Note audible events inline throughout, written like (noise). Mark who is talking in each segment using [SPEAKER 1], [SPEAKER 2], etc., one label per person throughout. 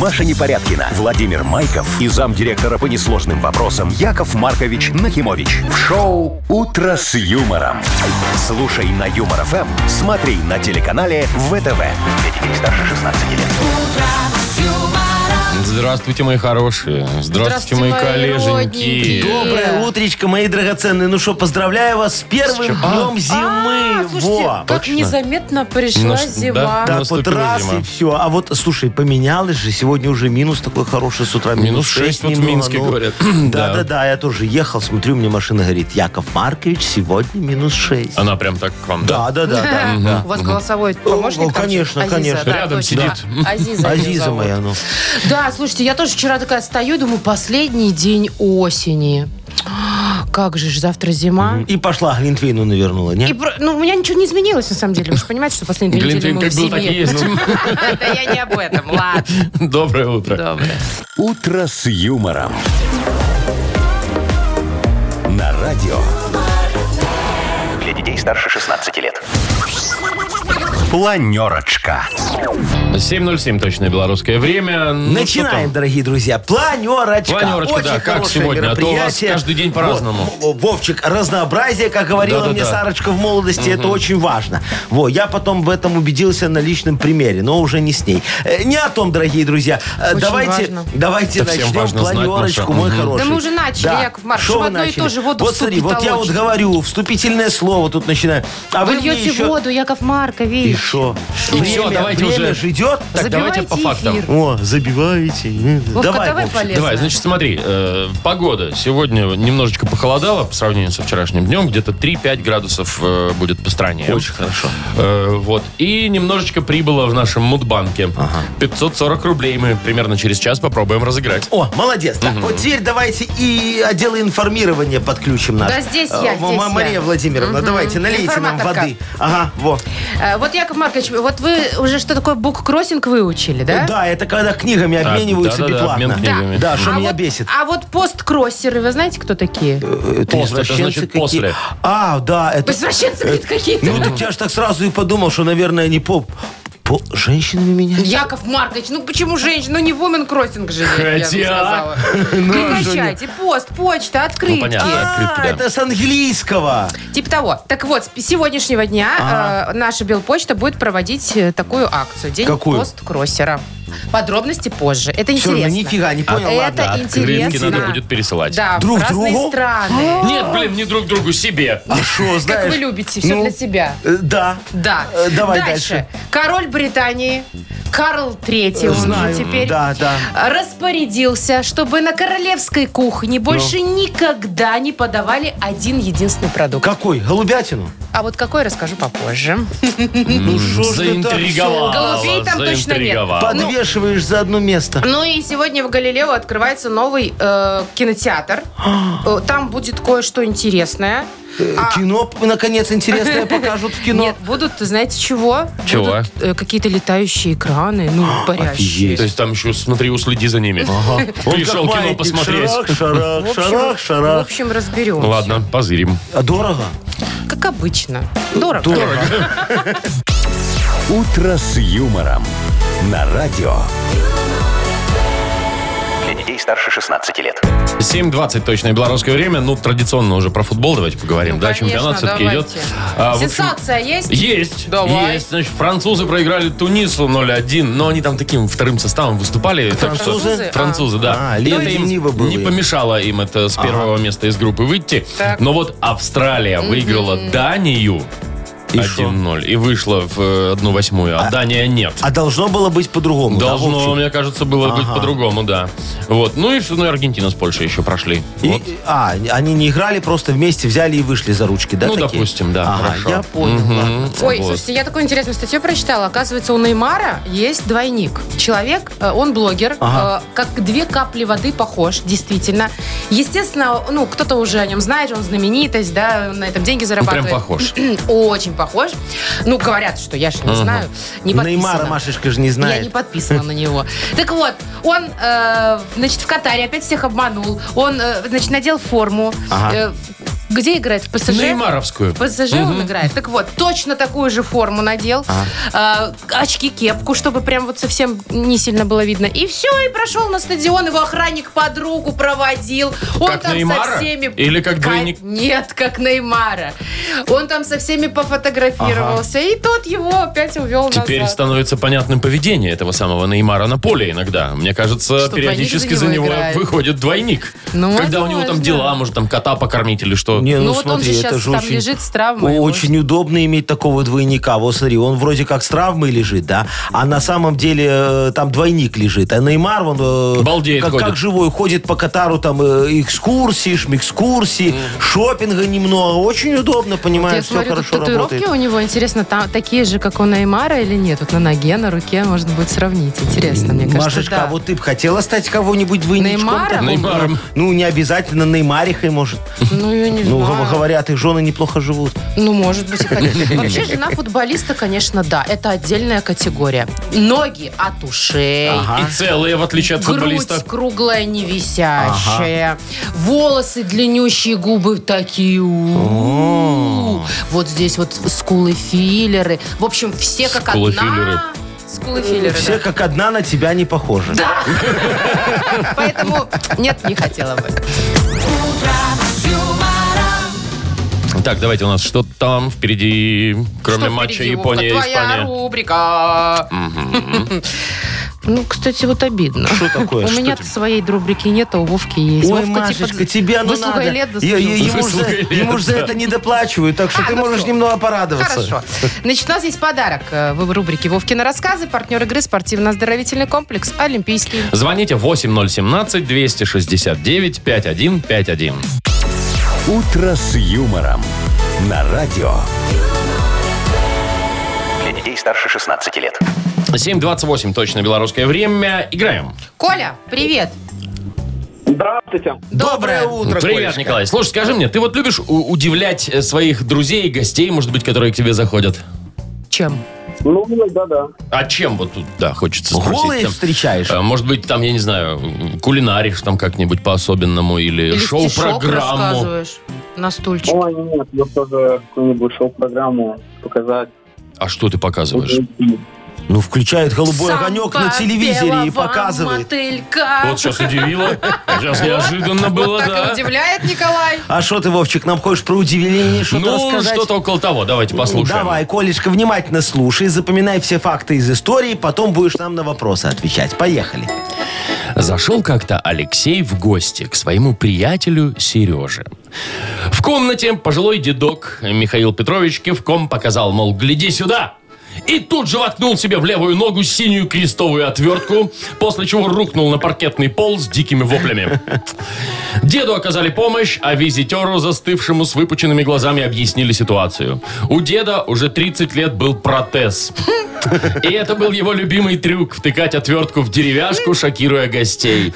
[SPEAKER 1] Маша Непорядкина, Владимир Майков и замдиректора по несложным вопросам Яков Маркович Нахимович. В шоу «Утро с юмором». Слушай на Юмор ФМ, смотри на телеканале ВТВ. Для детей старше 16 лет.
[SPEAKER 2] Здравствуйте, мои хорошие. Здравствуйте, мои
[SPEAKER 3] Здравствуйте, мои
[SPEAKER 2] коллеженьки.
[SPEAKER 4] Доброе
[SPEAKER 3] Э.
[SPEAKER 4] утречко, мои драгоценные. Ну что, поздравляю вас с первым днем
[SPEAKER 3] А,
[SPEAKER 4] зимы.
[SPEAKER 3] слушайте,
[SPEAKER 4] Во.
[SPEAKER 3] как незаметно пришла
[SPEAKER 2] Наш-
[SPEAKER 3] зима.
[SPEAKER 2] да.
[SPEAKER 4] Да,
[SPEAKER 2] наступила
[SPEAKER 4] вот раз
[SPEAKER 2] зима.
[SPEAKER 4] и все. А вот, слушай, поменялось же. Сегодня уже минус такой хороший с утра.
[SPEAKER 2] Минус шесть вот в
[SPEAKER 4] немного,
[SPEAKER 2] Минске
[SPEAKER 4] ну. (clears throat)
[SPEAKER 2] говорят. Да.
[SPEAKER 4] Да, да, да. Я тоже ехал, смотрю, мне машина говорит, Яков Маркович, сегодня минус 6.
[SPEAKER 2] Она прям так к вам, А, ну да?
[SPEAKER 4] Да, да, да, да.
[SPEAKER 3] У вас голосовой помощник?
[SPEAKER 4] О,
[SPEAKER 3] там
[SPEAKER 4] конечно,
[SPEAKER 3] Азиза,
[SPEAKER 4] конечно.
[SPEAKER 3] да,
[SPEAKER 2] Рядом
[SPEAKER 3] точно.
[SPEAKER 2] сидит.
[SPEAKER 3] Азиза. её
[SPEAKER 4] Азиза
[SPEAKER 3] зовут.
[SPEAKER 4] моя, ну.
[SPEAKER 3] Да, слушайте, я тоже вчера такая стою, думаю, последний день осени. Как же ж, завтра зима.
[SPEAKER 4] И пошла Глинтвейну навернула,
[SPEAKER 3] И,
[SPEAKER 4] не?
[SPEAKER 3] про- ну, у меня ничего не изменилось, на самом деле. Вы же понимаете, что последние две недели
[SPEAKER 2] Глинтвейн
[SPEAKER 3] мы
[SPEAKER 2] как
[SPEAKER 3] в
[SPEAKER 2] был, так и
[SPEAKER 3] семье.
[SPEAKER 2] есть. (laughs)
[SPEAKER 3] Да я не об этом, ладно.
[SPEAKER 2] Доброе утро.
[SPEAKER 3] Доброе.
[SPEAKER 1] «Утро с юмором». На радио. Для детей старше 16 лет. Планерочка.
[SPEAKER 2] 7.07 точное белорусское время. Ну, что
[SPEAKER 4] Начинаем,
[SPEAKER 2] там?
[SPEAKER 4] дорогие друзья. Планерочка.
[SPEAKER 2] Планерочка,
[SPEAKER 4] Очень
[SPEAKER 2] да, как
[SPEAKER 4] хорошее
[SPEAKER 2] сегодня, а то у вас
[SPEAKER 4] мероприятие.
[SPEAKER 2] каждый день по-разному.
[SPEAKER 4] Во- во- Вовчик, разнообразие, как говорила
[SPEAKER 2] Да-да-да.
[SPEAKER 4] мне Сарочка в молодости, это очень важно. Во, я потом в этом убедился на личном примере, но уже не с ней. Э, Не о том, дорогие друзья. Э,
[SPEAKER 3] Очень
[SPEAKER 4] давайте
[SPEAKER 3] важно.
[SPEAKER 4] давайте
[SPEAKER 2] Да всем
[SPEAKER 4] начнем
[SPEAKER 2] важно знать, Маша.
[SPEAKER 4] планерочку, мой
[SPEAKER 2] Мгм.
[SPEAKER 4] хороший.
[SPEAKER 3] Да мы уже начали, Яков Маркович,
[SPEAKER 4] Что
[SPEAKER 3] в
[SPEAKER 4] вы
[SPEAKER 3] одно и
[SPEAKER 4] начали?
[SPEAKER 3] то же воду в
[SPEAKER 4] Вот
[SPEAKER 3] суп
[SPEAKER 4] смотри, вот я вот
[SPEAKER 3] толочь.
[SPEAKER 4] говорю, вступительное слово тут начинаю. А вы,
[SPEAKER 3] Вы
[SPEAKER 4] мне
[SPEAKER 3] льете
[SPEAKER 4] еще...
[SPEAKER 3] воду, Яков
[SPEAKER 4] И
[SPEAKER 3] Маркович.
[SPEAKER 4] шо?
[SPEAKER 2] И
[SPEAKER 4] время,
[SPEAKER 2] всё, давайте
[SPEAKER 4] время
[SPEAKER 2] уже.
[SPEAKER 4] же идет.
[SPEAKER 2] Так, давайте по
[SPEAKER 3] Забивайте
[SPEAKER 2] фактам.
[SPEAKER 3] эфир.
[SPEAKER 4] О, забиваете. Э,
[SPEAKER 3] Вовка, давай
[SPEAKER 4] Вовчик.
[SPEAKER 3] полезно.
[SPEAKER 2] Давай, значит, смотри, э, погода. Сегодня немножечко похолодало по сравнению со вчерашним днем. Где-то 3-5 градусов э, будет по стране.
[SPEAKER 4] Очень хорошо.
[SPEAKER 2] Э, вот. И немножечко прибыло в нашем мудбанке. 540 рублей мы примерно через час попробуем разыграть.
[SPEAKER 4] О, молодец. Так, вот теперь давайте и отделы информирования подключим наш.
[SPEAKER 3] Да здесь я,
[SPEAKER 4] Э, во-
[SPEAKER 3] здесь я.
[SPEAKER 4] Мария Владимировна, давайте, налейте нам
[SPEAKER 3] Информаторка.
[SPEAKER 4] воды. Ага, вот.
[SPEAKER 3] Э, Вот, Яков Маркович, вот вы уже что такое буккроссинг выучили, да?
[SPEAKER 4] Э, Да, это когда книгами
[SPEAKER 2] Так,
[SPEAKER 4] обмениваются
[SPEAKER 2] да-да-да,
[SPEAKER 4] бесплатно.
[SPEAKER 2] обмен книгами.
[SPEAKER 4] Да, что
[SPEAKER 3] А
[SPEAKER 4] меня
[SPEAKER 3] вот-
[SPEAKER 4] бесит. Э,
[SPEAKER 3] А вот посткроссеры, вы знаете, кто такие?
[SPEAKER 4] Это
[SPEAKER 2] Пост, Э, это значит после.
[SPEAKER 4] А, да, это...
[SPEAKER 3] Извращенцы говорит, какие-то.
[SPEAKER 4] Ну, так я же так сразу и подумал, что, наверное, не по... по... Женщинами меня?
[SPEAKER 3] Яков Маркович, ну почему женщина? Ну не вумен кроссинг же, я бы
[SPEAKER 2] Хотя.
[SPEAKER 4] (laughs) Ну,
[SPEAKER 3] сказала.
[SPEAKER 4] а
[SPEAKER 3] Прекращайте. Пост, почта,
[SPEAKER 2] Ну,
[SPEAKER 3] открытки.
[SPEAKER 2] понятно, открытки,
[SPEAKER 4] А,
[SPEAKER 2] да.
[SPEAKER 4] это с английского.
[SPEAKER 3] Типа того. Так вот, с сегодняшнего дня
[SPEAKER 4] Ага.
[SPEAKER 3] э, наша Белпочта будет проводить э, такую акцию. День
[SPEAKER 4] Какую?
[SPEAKER 3] посткроссера. Подробности позже. Это
[SPEAKER 4] Всё,
[SPEAKER 3] интересно. А
[SPEAKER 4] ну, нифига, не понял, ладно.
[SPEAKER 3] Это
[SPEAKER 2] Открытки
[SPEAKER 3] интересно.
[SPEAKER 2] надо будет пересылать.
[SPEAKER 3] Да,
[SPEAKER 4] Друг
[SPEAKER 3] в разные
[SPEAKER 4] другу?
[SPEAKER 3] страны.
[SPEAKER 2] Нет, блин, не друг другу, себе.
[SPEAKER 4] А что, знаешь...
[SPEAKER 3] Как вы любите, все
[SPEAKER 4] ну,
[SPEAKER 3] для себя.
[SPEAKER 4] э, Да.
[SPEAKER 3] Да.
[SPEAKER 4] Э, давай дальше.
[SPEAKER 3] Король Британии Карл Третий, он
[SPEAKER 4] Знаю.
[SPEAKER 3] же теперь.
[SPEAKER 4] Да, да.
[SPEAKER 3] распорядился, чтобы на королевской кухне
[SPEAKER 4] Ну.
[SPEAKER 3] больше никогда не подавали один единственный продукт.
[SPEAKER 4] Ну, Какой? Голубятину?
[SPEAKER 3] А вот какой расскажу попозже.
[SPEAKER 4] Ну что ж ты так
[SPEAKER 2] Заинтриговала.
[SPEAKER 3] всё? Голубей там точно нет.
[SPEAKER 2] заинтриговала.
[SPEAKER 4] всё? Подвешиваешь за одно место.
[SPEAKER 3] Ну и сегодня в Галилео открывается новый э,
[SPEAKER 4] (gasps)
[SPEAKER 3] кинотеатр. Э, Там будет кое-что интересное.
[SPEAKER 4] Э,
[SPEAKER 3] а-
[SPEAKER 4] Кино, наконец, интересное покажут в кино.
[SPEAKER 3] Нет, будут, знаете, чего?
[SPEAKER 2] Чего?
[SPEAKER 3] Будут, э, какие-то летающие экраны, ну, парящие.
[SPEAKER 4] (gasps) офигеть.
[SPEAKER 2] То есть там еще смотри, уследи за ними. (laughs) Пришел
[SPEAKER 4] Ну, Как
[SPEAKER 2] кино
[SPEAKER 4] маятник,
[SPEAKER 2] посмотреть.
[SPEAKER 4] Шарах, шарах,
[SPEAKER 3] В общем,
[SPEAKER 4] шарах,
[SPEAKER 3] В
[SPEAKER 4] шарах.
[SPEAKER 3] общем, разберемся.
[SPEAKER 2] Ладно, позырим.
[SPEAKER 4] А дорого?
[SPEAKER 3] Как обычно. Дорого.
[SPEAKER 1] «Утро с юмором» на радио. Для детей старше 16 лет.
[SPEAKER 2] 7.20 точное белорусское время. Ну, традиционно уже про футбол давайте поговорим.
[SPEAKER 3] Ну,
[SPEAKER 2] да,
[SPEAKER 3] конечно,
[SPEAKER 2] чемпионат все-таки идет.
[SPEAKER 3] давайте.
[SPEAKER 2] А, в общем,
[SPEAKER 3] Сенсация есть?
[SPEAKER 2] Есть.
[SPEAKER 3] Давай.
[SPEAKER 2] Есть. Значит, французы проиграли Тунису 0-1, но они там таким вторым составом выступали. так что-
[SPEAKER 3] Французы?
[SPEAKER 2] Французы, да.
[SPEAKER 4] А,
[SPEAKER 2] И
[SPEAKER 4] Лена
[SPEAKER 2] это им
[SPEAKER 4] Лениво было
[SPEAKER 2] не
[SPEAKER 4] им.
[SPEAKER 2] помешало им это с первого места из группы выйти.
[SPEAKER 3] Так.
[SPEAKER 2] Но вот Австралия выиграла Данию.
[SPEAKER 4] И
[SPEAKER 2] 1-0. И вышла в э, 1-8, а, Дания нет.
[SPEAKER 4] А должно было быть по-другому. да,
[SPEAKER 2] Должно,
[SPEAKER 4] Вовчик?
[SPEAKER 2] мне кажется, было быть
[SPEAKER 4] Ага.
[SPEAKER 2] по-другому, да. Вот. Ну и что, ну и Аргентина с Польшей еще прошли.
[SPEAKER 4] И-
[SPEAKER 2] Вот.
[SPEAKER 4] А, они не играли, просто вместе взяли и вышли за ручки, да?
[SPEAKER 2] Ну,
[SPEAKER 4] такие?
[SPEAKER 2] допустим, да,
[SPEAKER 4] Ага,
[SPEAKER 2] хорошо.
[SPEAKER 4] я понял. ладно.
[SPEAKER 3] Ой,
[SPEAKER 2] Вот.
[SPEAKER 3] слушайте, я такую интересную статью прочитала. Оказывается, у Неймара есть двойник. Человек, э, он блогер,
[SPEAKER 4] Ага.
[SPEAKER 3] э, как две капли воды похож, действительно. Естественно, ну, кто-то уже о нем знает, он знаменитость, да, на этом деньги
[SPEAKER 2] Ну, прям
[SPEAKER 3] зарабатывает.
[SPEAKER 2] похож.
[SPEAKER 3] (clears throat) Очень похож. Ну, говорят, что я же не знаю. Не
[SPEAKER 4] Неймара
[SPEAKER 3] подписана.
[SPEAKER 4] Машечка же не
[SPEAKER 3] Я не
[SPEAKER 4] знает.
[SPEAKER 3] подписана на него. Так вот, он, э, значит, в Катаре опять всех обманул. Он, э, значит, надел форму.
[SPEAKER 4] Ага.
[SPEAKER 3] э, Где играет? В ПСЖ?
[SPEAKER 2] Неймаровскую.
[SPEAKER 3] В ПСЖ он играет. Так вот, точно такую же форму надел. э, очки, кепку, чтобы прям вот совсем не сильно было видно. И все, и прошел на стадион. Его охранник под руку проводил. Он
[SPEAKER 2] Как
[SPEAKER 3] там
[SPEAKER 2] Неймара?
[SPEAKER 3] со всеми...
[SPEAKER 2] Или как
[SPEAKER 3] Кай-
[SPEAKER 2] двойник?
[SPEAKER 3] Нет, как Неймара. Он там со всеми пофотографировался. И тот его опять увел
[SPEAKER 2] Теперь
[SPEAKER 3] назад.
[SPEAKER 2] становится понятным поведение этого самого Неймара на поле иногда. Мне кажется,
[SPEAKER 3] Что двойник
[SPEAKER 2] периодически
[SPEAKER 3] за
[SPEAKER 2] за него
[SPEAKER 3] него играет.
[SPEAKER 2] выходит двойник.
[SPEAKER 3] Ну,
[SPEAKER 2] когда у него там
[SPEAKER 3] возможно.
[SPEAKER 2] дела, может, там кота покормить или что.
[SPEAKER 4] Не,
[SPEAKER 3] Ну
[SPEAKER 4] ну,
[SPEAKER 3] вот он
[SPEAKER 4] смотри,
[SPEAKER 3] же
[SPEAKER 4] это
[SPEAKER 3] щас
[SPEAKER 4] же
[SPEAKER 3] там
[SPEAKER 4] очень,
[SPEAKER 3] лежит с травмой,
[SPEAKER 4] о- Очень удобно иметь такого двойника. Вот смотри, он вроде как с травмой лежит, да, а на самом деле э, там двойник лежит. А Неймар, он э,
[SPEAKER 2] Балдеет
[SPEAKER 4] как,
[SPEAKER 2] ходит.
[SPEAKER 4] как живой, ходит по Катару там э, экскурсии, шмикскурсии, шопинга немного. Очень удобно,
[SPEAKER 3] Я
[SPEAKER 4] понимаешь, все
[SPEAKER 3] смотрю, тут
[SPEAKER 4] хорошо
[SPEAKER 3] татуировки
[SPEAKER 4] работает.
[SPEAKER 3] у него, интересно, там такие же, как у Неймара или нет? Вот на ноге, на руке, может быть, сравнить. Интересно, мне кажется,
[SPEAKER 4] Машечка,
[SPEAKER 3] да.
[SPEAKER 4] а вот ты бы хотела стать кого-нибудь двойничком?
[SPEAKER 3] Неймаром?
[SPEAKER 4] такого?
[SPEAKER 2] Неймаром.
[SPEAKER 4] Ну, не обязательно Неймарихой, может.
[SPEAKER 3] Ну, я не
[SPEAKER 4] Ну,
[SPEAKER 3] знаю.
[SPEAKER 4] говорят, их жены неплохо живут.
[SPEAKER 3] Ну, может быть, и конечно. Вообще, жена футболиста, конечно, да. Это отдельная категория. Ноги от ушей.
[SPEAKER 2] И целые, в отличие от
[SPEAKER 3] Грудь
[SPEAKER 2] футболиста.
[SPEAKER 3] круглая, невисящая. Волосы длиннющие, губы такие. у-у-у. Вот здесь вот скулы филлеры. В общем, все как
[SPEAKER 2] Скулы-филлеры.
[SPEAKER 3] одна. Скулы филлеры.
[SPEAKER 4] Все как одна на тебя не похожи.
[SPEAKER 3] Поэтому нет, не хотела бы.
[SPEAKER 2] Так, давайте у нас что там впереди, кроме
[SPEAKER 3] Что
[SPEAKER 2] матча
[SPEAKER 3] впереди, Вовка?
[SPEAKER 2] Япония и
[SPEAKER 3] Твоя
[SPEAKER 2] Испания.
[SPEAKER 3] рубрика. Ну, кстати, вот обидно.
[SPEAKER 4] Что такое?
[SPEAKER 3] У
[SPEAKER 4] Что
[SPEAKER 3] меня своей рубрики нет, а у Вовки есть.
[SPEAKER 4] Ой,
[SPEAKER 3] Вовка, типа,
[SPEAKER 4] Машечка, тебе оно
[SPEAKER 3] выслугой
[SPEAKER 4] надо.
[SPEAKER 3] лет
[SPEAKER 4] Е- е-
[SPEAKER 3] дослужился.
[SPEAKER 4] ему, же,
[SPEAKER 2] Выслугой лет,
[SPEAKER 4] ему ж за
[SPEAKER 2] да.
[SPEAKER 4] это не доплачивают, так что
[SPEAKER 3] А,
[SPEAKER 4] ты
[SPEAKER 3] ну
[SPEAKER 4] можешь
[SPEAKER 3] всё.
[SPEAKER 4] немного порадоваться.
[SPEAKER 3] Хорошо. Значит, у нас есть подарок э, в рубрике «Вовкины рассказы». Партнер игры спортивно-оздоровительный комплекс «Олимпийский».
[SPEAKER 2] Звоните 8017-269-5151.
[SPEAKER 1] «Утро с юмором» на радио.
[SPEAKER 5] Для детей старше 16 лет.
[SPEAKER 2] 7.28, точно белорусское время. Играем.
[SPEAKER 3] Коля, привет.
[SPEAKER 6] Здравствуйте.
[SPEAKER 4] Доброе
[SPEAKER 3] Э,
[SPEAKER 4] утро,
[SPEAKER 2] Привет,
[SPEAKER 4] Колечка.
[SPEAKER 2] Николай. Слушай, скажи мне, ты вот любишь у- удивлять э, своих друзей и гостей, может быть, которые к тебе заходят?
[SPEAKER 3] Чем?
[SPEAKER 6] Ну, да-да.
[SPEAKER 2] А чем вот тут, да, хочется спросить?
[SPEAKER 4] Голые
[SPEAKER 2] Там,
[SPEAKER 4] встречаешь?
[SPEAKER 2] э, Может быть, там, я не знаю, кулинаришь там как-нибудь по-особенному или,
[SPEAKER 3] Или стишок
[SPEAKER 2] шоу-программу.
[SPEAKER 3] рассказываешь на стульчик.
[SPEAKER 6] Ой, нет, я тоже какую-нибудь шоу-программу показать.
[SPEAKER 2] А что ты показываешь?
[SPEAKER 6] Ну,
[SPEAKER 4] Ну, включает голубой
[SPEAKER 3] Сам
[SPEAKER 4] огонек на телевизоре
[SPEAKER 3] попела
[SPEAKER 4] и
[SPEAKER 3] вам
[SPEAKER 4] показывает.
[SPEAKER 3] мотылька.
[SPEAKER 2] Вот сейчас удивило. Сейчас неожиданно было,
[SPEAKER 3] Вот так и
[SPEAKER 2] да.
[SPEAKER 3] удивляет Николай.
[SPEAKER 4] А что ты, Вовчик, нам хочешь про удивление что-то
[SPEAKER 2] Ну,
[SPEAKER 4] рассказать?
[SPEAKER 2] что-то около того. Давайте послушаем.
[SPEAKER 4] Давай, Колечка, внимательно слушай, запоминай все факты из истории, потом будешь нам на вопросы отвечать. Поехали.
[SPEAKER 2] Зашел как-то Алексей в гости к своему приятелю Сереже. В комнате пожилой дедок Михаил Петрович кивком показал, мол, гляди сюда. И тут же воткнул себе в левую ногу синюю крестовую отвертку, после чего рухнул на паркетный пол с дикими воплями. Деду оказали помощь, а визитеру, застывшему с выпученными глазами, объяснили ситуацию. У деда уже 30 лет был протез. И это был его любимый трюк – втыкать отвертку в деревяшку, шокируя гостей.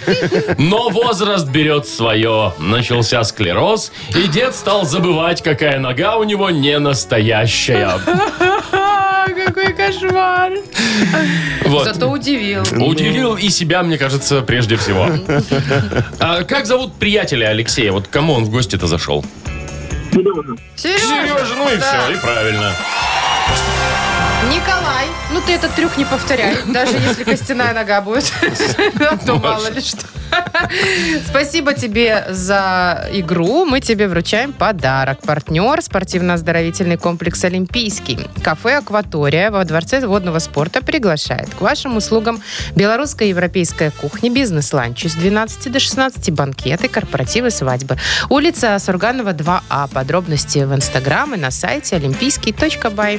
[SPEAKER 2] Но возраст берет свое. Начался склероз, и дед стал забывать, какая нога у него не настоящая.
[SPEAKER 3] А, какой кошмар.
[SPEAKER 2] Вот.
[SPEAKER 3] Зато удивил.
[SPEAKER 2] Удивил и себя, мне кажется, прежде всего. А как зовут приятеля Алексея? Вот к кому он в гости-то зашел?
[SPEAKER 3] Сережа,
[SPEAKER 2] Сережа, ну и все, и правильно.
[SPEAKER 3] Николай, ну ты этот трюк не повторяй, даже если костяная нога будет. А то мало ли что. (laughs) Спасибо тебе за игру. Мы тебе вручаем подарок. Партнер спортивно-оздоровительный комплекс «Олимпийский». Кафе «Акватория» во Дворце водного спорта приглашает к вашим услугам белорусская и европейская кухня, бизнес-ланчи с 12 до 16, банкеты, корпоративы, свадьбы. Улица Сурганова, 2А. Подробности в Инстаграм и на сайте олимпийский.бай.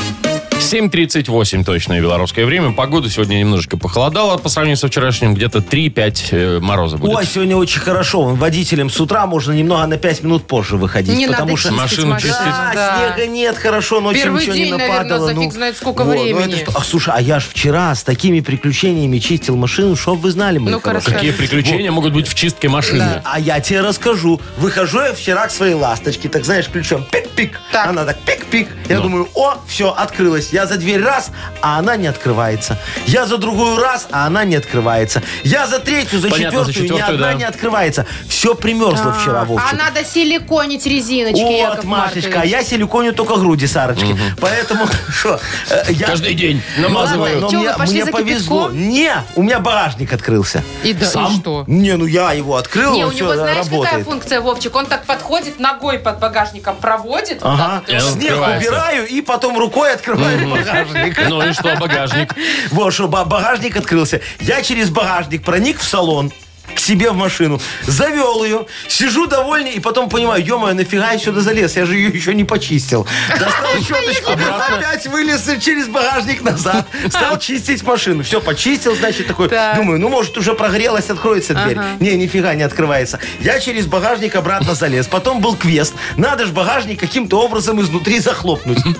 [SPEAKER 2] 7.38 точное белорусское время. Погода сегодня немножечко похолодала по сравнению со вчерашним. Где-то 3-5 э, мороза будет.
[SPEAKER 4] Ой, сегодня очень хорошо. Вон, Водителям с утра можно немного на 5 минут позже выходить.
[SPEAKER 3] Не
[SPEAKER 4] потому
[SPEAKER 3] надо
[SPEAKER 4] что
[SPEAKER 3] чистить
[SPEAKER 2] машину чистить.
[SPEAKER 4] Да,
[SPEAKER 3] Да.
[SPEAKER 4] снега нет, хорошо, ночью
[SPEAKER 3] Первый
[SPEAKER 4] ничего
[SPEAKER 3] день,
[SPEAKER 4] не
[SPEAKER 3] наверное,
[SPEAKER 4] нападало.
[SPEAKER 3] за
[SPEAKER 4] ну.
[SPEAKER 3] фиг знает сколько
[SPEAKER 4] Во, ну
[SPEAKER 3] времени.
[SPEAKER 4] это ж- а, слушай, а я ж вчера с такими приключениями чистил машину, чтоб вы знали, мои
[SPEAKER 3] Ну,
[SPEAKER 4] хорошие.
[SPEAKER 3] хорошо.
[SPEAKER 2] Какие приключения могут быть в чистке машины?
[SPEAKER 4] А я тебе расскажу. Выхожу я вчера к своей ласточке, так знаешь, ключом пик, пик.
[SPEAKER 3] Так.
[SPEAKER 4] Она так пик-пик. Я
[SPEAKER 2] Ну.
[SPEAKER 4] думаю, о, все, открылась. Я за дверь раз, а она не открывается. Я за другую раз, а она не открывается. Я за третью, за
[SPEAKER 2] Понятно, за
[SPEAKER 4] четвертую, ни
[SPEAKER 2] четвертую,
[SPEAKER 4] одна
[SPEAKER 2] да.
[SPEAKER 4] не открывается. Все примерзло вчера,
[SPEAKER 3] А
[SPEAKER 4] Вовчик.
[SPEAKER 3] надо силиконить резиночки,
[SPEAKER 4] Вот,
[SPEAKER 3] Яков
[SPEAKER 4] Машечка, а
[SPEAKER 3] Маркович.
[SPEAKER 4] я силиконю только груди, Сарочки. Поэтому, (laughs) что, э, я...
[SPEAKER 2] Каждый день
[SPEAKER 4] Ладно,
[SPEAKER 2] намазываю.
[SPEAKER 4] но
[SPEAKER 3] Чё, вы
[SPEAKER 4] мне,
[SPEAKER 3] пошли
[SPEAKER 4] мне
[SPEAKER 3] за
[SPEAKER 4] повезло.
[SPEAKER 3] кипятком?
[SPEAKER 4] Не, у меня багажник открылся.
[SPEAKER 3] И да, и
[SPEAKER 2] Сам?
[SPEAKER 3] что?
[SPEAKER 4] Не, ну я его открыл,
[SPEAKER 3] Не,
[SPEAKER 4] он
[SPEAKER 3] у
[SPEAKER 4] все
[SPEAKER 3] него, знаешь, какая
[SPEAKER 4] работает.
[SPEAKER 3] функция, Вовчик? Он так подходит, ногой под багажником проводит. вот
[SPEAKER 4] Ага.
[SPEAKER 3] так
[SPEAKER 2] И он
[SPEAKER 4] Снег
[SPEAKER 2] открывается.
[SPEAKER 4] убираю и потом рукой открываю багажник.
[SPEAKER 2] Ну и что, багажник?
[SPEAKER 4] Вот, что ба- багажник открылся. Я через багажник проник в салон к себе в машину, завел ее, сижу довольный и потом понимаю, ё-моё, нафига я сюда залез, я же ее еще не почистил. Достал щеточку, опять вылез и через багажник назад, стал чистить машину. Все, почистил, значит, такой,
[SPEAKER 3] Так.
[SPEAKER 4] думаю, ну, может, уже прогорелась, откроется дверь. Не, нифига не открывается. Я через багажник обратно залез, потом был квест, надо же багажник каким-то образом изнутри захлопнуть.
[SPEAKER 3] вот.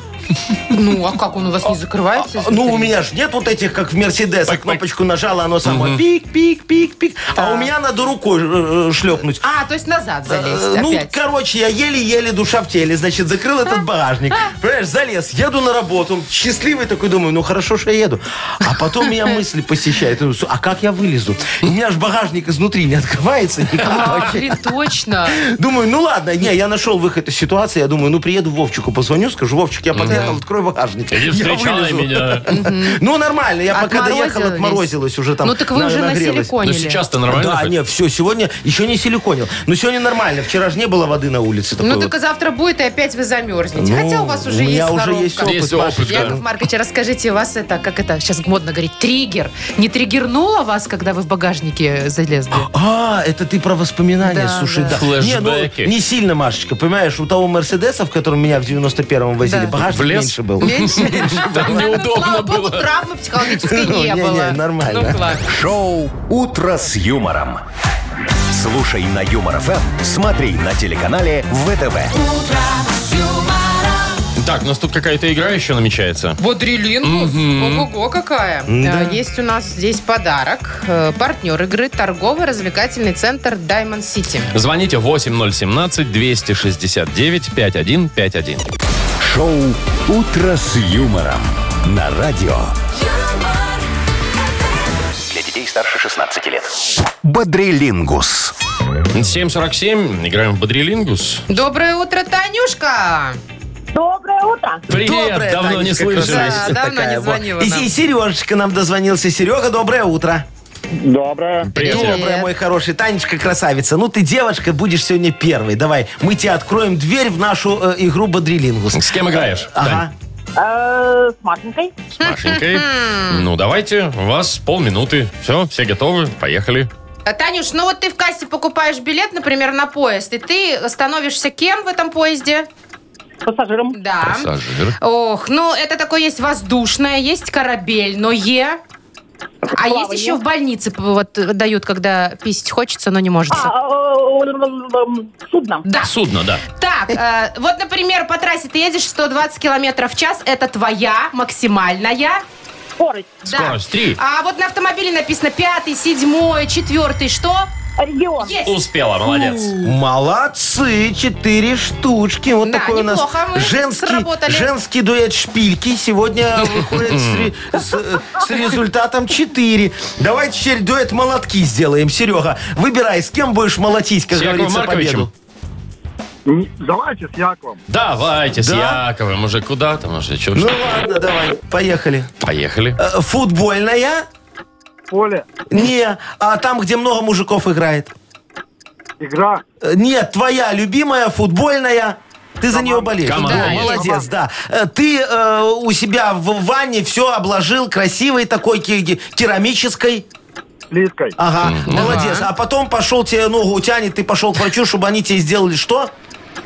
[SPEAKER 3] Ну, а как он у вас не закрывается?
[SPEAKER 4] А,
[SPEAKER 3] изнутри?
[SPEAKER 4] Ну, у меня же нет вот этих, как в Мерседесах, кнопочку нажала, оно само пик-пик-пик-пик. А у меня надо рукой э, шлепнуть.
[SPEAKER 3] А, то есть назад залезть
[SPEAKER 4] Э, Ну,
[SPEAKER 3] опять. А.
[SPEAKER 4] короче, я еле-еле душа в теле, значит, закрыл этот багажник. Понимаешь, залез, еду на работу, счастливый такой, думаю, ну хорошо, что я еду. А потом
[SPEAKER 3] (laughs)
[SPEAKER 4] меня мысли посещают, думаю, «Су- а как я вылезу? У меня же багажник изнутри не открывается никак
[SPEAKER 3] А,
[SPEAKER 4] вообще.
[SPEAKER 3] блин, точно.
[SPEAKER 4] Думаю, ну ладно, не, я нашел выход из ситуации, я думаю, ну приеду Вовчику, позвону, скажу, Вовчик, я подъехал, открой багажник.
[SPEAKER 2] Не
[SPEAKER 4] Я
[SPEAKER 2] встречай
[SPEAKER 4] вылезу».
[SPEAKER 2] меня.
[SPEAKER 4] Ну, нормально, я пока доехал,
[SPEAKER 3] Отморозилось.
[SPEAKER 4] отморозилась уже там.
[SPEAKER 3] Ну, так вы
[SPEAKER 4] на-
[SPEAKER 3] уже на
[SPEAKER 4] нагрелась.
[SPEAKER 2] Ну
[SPEAKER 3] силиконили.
[SPEAKER 2] сейчас-то нормально.
[SPEAKER 4] Да,
[SPEAKER 2] хоть?
[SPEAKER 4] нет, все, сегодня еще не силиконил. Но сегодня нормально, вчера же не было воды на улице. такой
[SPEAKER 3] Ну,
[SPEAKER 4] вот.
[SPEAKER 3] так и завтра будет, и опять вы замерзнете.
[SPEAKER 4] Ну,
[SPEAKER 3] Хотя у вас уже
[SPEAKER 4] у
[SPEAKER 3] есть
[SPEAKER 4] меня уже
[SPEAKER 3] сноровка.
[SPEAKER 4] есть опыт,
[SPEAKER 2] Есть опыт,
[SPEAKER 4] Машечка.
[SPEAKER 2] да.
[SPEAKER 3] Яков Маркович, а расскажите, у вас это, как это сейчас модно говорить, триггер. Не триггернуло вас, когда вы в багажнике залезли?
[SPEAKER 4] А, это ты про воспоминания,
[SPEAKER 3] Да,
[SPEAKER 4] слушай,
[SPEAKER 3] да.
[SPEAKER 4] да.
[SPEAKER 2] Флэшбэки.
[SPEAKER 4] Не, ну, не сильно, Машечка, понимаешь, у того Мерседеса, в котором меня в 91-м возили,
[SPEAKER 3] Да.
[SPEAKER 4] багажник
[SPEAKER 2] В лес?
[SPEAKER 4] меньше был.
[SPEAKER 2] Там неудобно
[SPEAKER 3] Слава богу,
[SPEAKER 2] было.
[SPEAKER 3] травмы психологической
[SPEAKER 4] Ну,
[SPEAKER 3] не
[SPEAKER 4] не-не,
[SPEAKER 3] было.
[SPEAKER 4] нормально.
[SPEAKER 3] Ну, класс.
[SPEAKER 1] Шоу «Утро с юмором». Слушай на Юмор ФМ, смотри на телеканале ВТВ.
[SPEAKER 2] Так, у нас тут какая-то игра еще намечается.
[SPEAKER 3] Бодрилингус? Ого-го, какая.
[SPEAKER 4] М-да.
[SPEAKER 3] А, Есть у нас здесь подарок. Э, Партнер игры торгово-развлекательный центр Diamond City.
[SPEAKER 2] Звоните 8017-269-5151.
[SPEAKER 1] Шоу «Утро с юмором» на радио
[SPEAKER 7] юмор,
[SPEAKER 5] Для детей старше 16 лет.
[SPEAKER 1] «Бодрилингус».
[SPEAKER 2] 747. Играем в Бодрилингус.
[SPEAKER 3] Доброе утро, Танюшка!
[SPEAKER 8] Доброе утро.
[SPEAKER 2] Привет,
[SPEAKER 4] Доброе,
[SPEAKER 2] давно не
[SPEAKER 4] Танечка,
[SPEAKER 2] слышались.
[SPEAKER 4] красавица
[SPEAKER 3] Да, давно не
[SPEAKER 4] такая, вот.
[SPEAKER 3] звонила
[SPEAKER 4] И,
[SPEAKER 3] нам.
[SPEAKER 4] и Сережечка нам дозвонился. Серега, доброе утро.
[SPEAKER 6] Доброе.
[SPEAKER 2] Привет.
[SPEAKER 3] Привет.
[SPEAKER 4] Доброе, мой хороший. Танечка, красавица. Ну, ты девочка, будешь сегодня первой. Давай, мы тебе откроем дверь в нашу э, игру Бодрилингус.
[SPEAKER 2] С кем играешь?
[SPEAKER 4] Ага.
[SPEAKER 8] Э, С Машенькой.
[SPEAKER 2] Тань, с Машенькой. Ну, давайте, у вас полминуты. Все, все готовы, поехали.
[SPEAKER 3] А, Танюш, ну вот ты в кассе покупаешь билет, например, на поезд, и ты становишься кем в этом поезде?
[SPEAKER 8] Пассажиром.
[SPEAKER 3] Да.
[SPEAKER 2] Пассажир.
[SPEAKER 3] Ох, ну это такое есть воздушное, есть корабельное. А есть
[SPEAKER 8] Плавание.
[SPEAKER 3] еще в больнице п- вот э, дают, когда писать хочется, но не может.
[SPEAKER 8] А, э, м, Судно.
[SPEAKER 3] Да.
[SPEAKER 2] Судно, да.
[SPEAKER 3] Так, э, вот, например, по трассе ты едешь 120 километров в час, это твоя максимальная.
[SPEAKER 8] Скорость.
[SPEAKER 3] Да.
[SPEAKER 2] Скорость три.
[SPEAKER 3] А вот на автомобиле написано пятый, седьмой, четвертый, что?
[SPEAKER 8] Регион.
[SPEAKER 3] Есть.
[SPEAKER 2] Успела, молодец.
[SPEAKER 4] Молодцы, четыре штучки. Вот
[SPEAKER 3] Да,
[SPEAKER 4] такой у нас
[SPEAKER 3] неплохо мы
[SPEAKER 4] женский,
[SPEAKER 3] сработали.
[SPEAKER 4] женский дуэт шпильки сегодня
[SPEAKER 2] (laughs)
[SPEAKER 4] выходит с, ре- с, э, с результатом 4. Давай теперь дуэт молотки сделаем, Серега. Выбирай, с кем будешь молотить, как
[SPEAKER 2] С Яковом
[SPEAKER 4] говорится,
[SPEAKER 2] Марковичем?
[SPEAKER 4] победу.
[SPEAKER 6] Давайте с Яковом.
[SPEAKER 2] Давайте
[SPEAKER 4] Да?
[SPEAKER 2] с Яковым уже куда там уже чё,
[SPEAKER 4] Ну
[SPEAKER 2] что?
[SPEAKER 4] ладно, давай, поехали.
[SPEAKER 2] Поехали.
[SPEAKER 4] Э, Футбольная?
[SPEAKER 6] Поле.
[SPEAKER 4] Не. А там, где много мужиков играет?
[SPEAKER 6] Игра.
[SPEAKER 4] Э, Нет, твоя любимая футбольная. Ты за нее болеешь.
[SPEAKER 2] Команда
[SPEAKER 4] Да,
[SPEAKER 2] есть.
[SPEAKER 4] молодец, да. Э, Ты э, у себя в ванне все обложил красивой такой ки- керамической.
[SPEAKER 6] Плиткой.
[SPEAKER 4] Ага, молодец. А потом пошел, тебе ногу тянет, ты пошел к врачу, чтобы они тебе сделали что?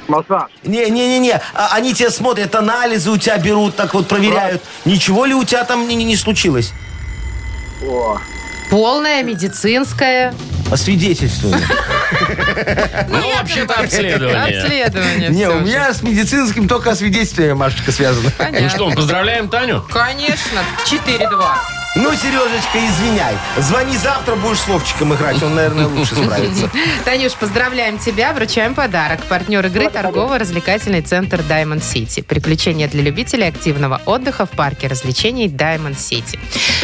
[SPEAKER 6] Массаж.
[SPEAKER 4] Не-не-не-не, А они тебе смотрят, анализы у тебя берут, так вот проверяют. Ничего ли у тебя там не, не- не случилось?
[SPEAKER 6] О.
[SPEAKER 3] Полная, медицинская.
[SPEAKER 4] Освидетельствую.
[SPEAKER 2] Ну, вообще-то обследование.
[SPEAKER 3] Обследование.
[SPEAKER 4] (laughs) Не,
[SPEAKER 3] всё
[SPEAKER 4] у
[SPEAKER 3] же.
[SPEAKER 4] меня с медицинским только освидетельствование, Машечка, связано.
[SPEAKER 2] Ну что, поздравляем Таню.
[SPEAKER 3] Конечно. 4-2.
[SPEAKER 4] Ну, Сережечка, извиняй. Звони завтра, будешь с Вовчиком играть. Он, наверное, лучше справится.
[SPEAKER 3] Танюш, поздравляем тебя, вручаем подарок. Партнер игры торгово-развлекательный центр Diamond City. Приключения для любителей активного отдыха в парке развлечений Diamond City.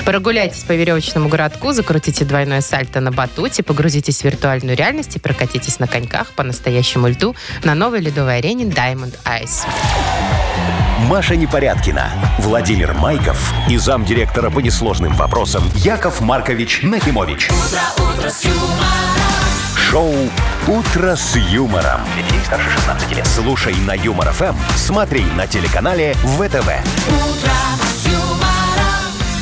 [SPEAKER 3] Прогуляйтесь по веревочному городку, закрутите двойное сальто на батуте, погрузитесь в виртуальную реальность и прокатитесь на коньках по настоящему льду на новой ледовой арене Diamond Ice.
[SPEAKER 1] Маша Непорядкина, Владимир Майков и замдиректора по несложным вопросам Яков Маркович Нахимович. Шоу Утро с юмором. Для детей старше 16 лет. Слушай на юмор ФМ, смотри на телеканале ВТВ.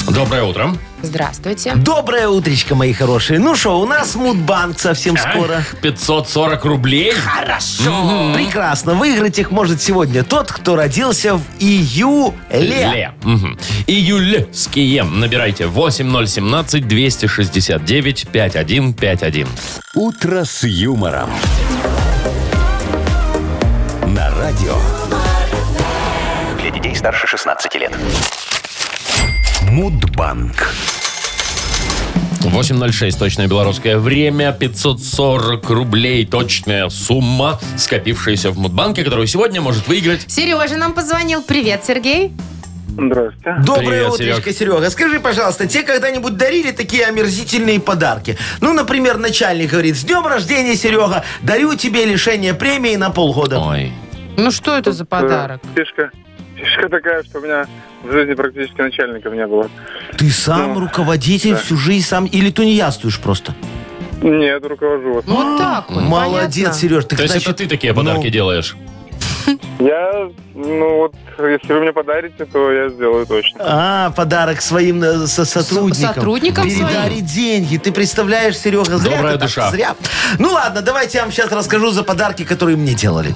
[SPEAKER 2] Доброе утро.
[SPEAKER 3] Здравствуйте.
[SPEAKER 4] Доброе утречко, мои хорошие. Ну что, у нас мудбанк совсем
[SPEAKER 2] А?
[SPEAKER 4] скоро.
[SPEAKER 2] Ах, 540 рублей.
[SPEAKER 4] Хорошо. Прекрасно. Выиграть их может сегодня тот, кто родился в июле.
[SPEAKER 2] Ле. Мгм. Июльские. Набирайте 8017-269-5151.
[SPEAKER 1] Утро с юмором. На радио
[SPEAKER 5] Для детей старше 16 лет.
[SPEAKER 1] Мудбанк.
[SPEAKER 2] 8.06, точное белорусское время, 540 рублей, точная сумма, скопившаяся в Мудбанке, которую сегодня может выиграть.
[SPEAKER 3] Сережа нам позвонил. Привет, Сергей.
[SPEAKER 6] Здравствуйте.
[SPEAKER 4] Доброе
[SPEAKER 2] Привет,
[SPEAKER 4] утречко, Серега. Скажи, пожалуйста, тебе когда-нибудь дарили такие омерзительные подарки? Ну, например, начальник говорит, с днем рождения, Серега, дарю тебе лишение премии на полгода.
[SPEAKER 2] Ой.
[SPEAKER 3] Ну что это за подарок?
[SPEAKER 6] Э, Фишка. Фишка такая, что у меня в жизни практически начальников не было.
[SPEAKER 4] Ты сам
[SPEAKER 6] Ну,
[SPEAKER 4] руководитель
[SPEAKER 6] да.
[SPEAKER 4] всю жизнь сам, или тунеядствуешь просто?
[SPEAKER 6] Нет, руковожу. вот.
[SPEAKER 3] Вот так вот.
[SPEAKER 4] Молодец,
[SPEAKER 3] понятно.
[SPEAKER 4] Сереж.
[SPEAKER 2] То есть это ты такие подарки
[SPEAKER 4] ну-
[SPEAKER 2] делаешь?
[SPEAKER 6] Я, ну вот, если вы мне подарите, то я сделаю точно.
[SPEAKER 4] А, подарок своим э, со сотрудникам.
[SPEAKER 3] сотрудникам
[SPEAKER 4] Передарить деньги. Ты представляешь, Серега, зря
[SPEAKER 2] Добрая
[SPEAKER 4] ты так,
[SPEAKER 2] душа.
[SPEAKER 4] зря. Ну ладно, давайте я вам сейчас расскажу за подарки, которые мне делали.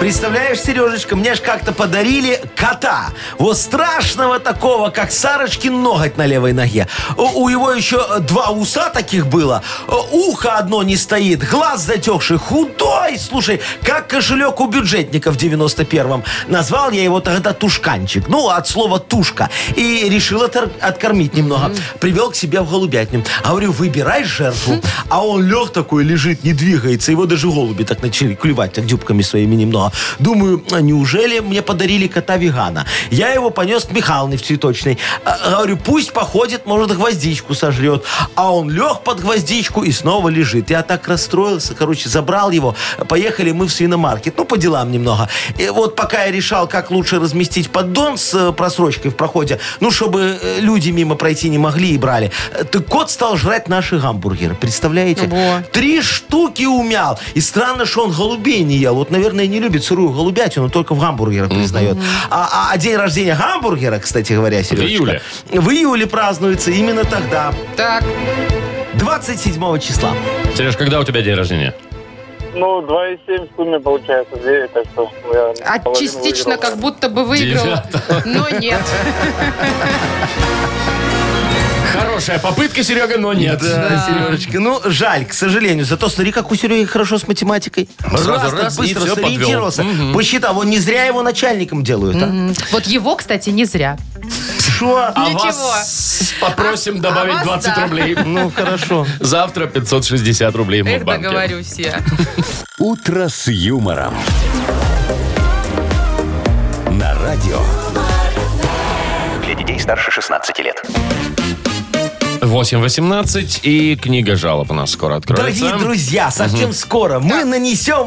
[SPEAKER 4] Представляешь, Сережечка, мне ж как-то подарили кота. Вот страшного такого, как Сарочкин ноготь на левой ноге. У у его еще э, два уса таких было. э, Ухо одно не стоит, глаз затекший, худой. Слушай, как кошелек у бюджетника в 91-м. Назвал я его тогда Тушканчик. Ну, от слова тушка. И решил отор- откормить немного. Привел к себе в голубятню. А Говорю, выбирай жертву. А он лег такой, лежит, не двигается. Его даже голуби так начали клевать, так дюбками своими немного. Думаю, «А неужели мне подарили кота-вегана? Я его понес к Михалне в цветочной. А, Говорю, пусть походит, может, гвоздичку сожрет. А он лег под гвоздичку и снова лежит. Я так расстроился, короче, забрал его. Поехали мы в свиномаркет. Ну, по делам немного. И вот пока я решал, как лучше разместить поддон с э, просрочкой в проходе, ну, чтобы э, люди мимо пройти не могли и брали, э, так кот стал жрать наши гамбургеры. Представляете?
[SPEAKER 3] Во.
[SPEAKER 4] Три штуки умял. И странно, что он голубей не ел. Вот, наверное, не любит сырую голубятину, только в гамбургерах признает. А, а- а день рождения гамбургера, кстати говоря, Сережечка,
[SPEAKER 2] июле.
[SPEAKER 4] в июле празднуется именно тогда,
[SPEAKER 3] Так,
[SPEAKER 4] 27 числа.
[SPEAKER 2] Сереж, когда у тебя день рождения?
[SPEAKER 6] Ну, 2,7 в сумме получается, 9, так что я...
[SPEAKER 3] а
[SPEAKER 6] половину
[SPEAKER 3] частично
[SPEAKER 6] выиграл.
[SPEAKER 3] как будто бы выиграл, но нет.
[SPEAKER 2] Хорошая попытка, Серега, но нет.
[SPEAKER 4] Да, Сережечка, ну жаль, к сожалению. Зато смотри, как у Сереги хорошо с математикой.
[SPEAKER 2] Сразу
[SPEAKER 4] раз, так
[SPEAKER 2] раз, и
[SPEAKER 4] быстро
[SPEAKER 2] всё подвел.
[SPEAKER 4] сориентировался. Посчитал, он не зря его начальником делают. а.
[SPEAKER 3] Вот его, кстати, не зря.
[SPEAKER 4] Шо?
[SPEAKER 2] А
[SPEAKER 3] Ничего.
[SPEAKER 2] вас попросим
[SPEAKER 3] А-
[SPEAKER 2] добавить
[SPEAKER 3] а вас
[SPEAKER 2] 20
[SPEAKER 3] да.
[SPEAKER 2] рублей.
[SPEAKER 4] (laughs) Ну, хорошо.
[SPEAKER 2] Завтра 560 рублей в
[SPEAKER 4] Ну,
[SPEAKER 3] Эх,
[SPEAKER 2] Мудбанке.
[SPEAKER 3] договорюсь я.
[SPEAKER 1] Утро с юмором. На радио
[SPEAKER 5] Для детей старше 16 лет.
[SPEAKER 2] 8.18 и книга жалоб у нас скоро откроется.
[SPEAKER 4] Дорогие друзья, совсем скоро мы нанесем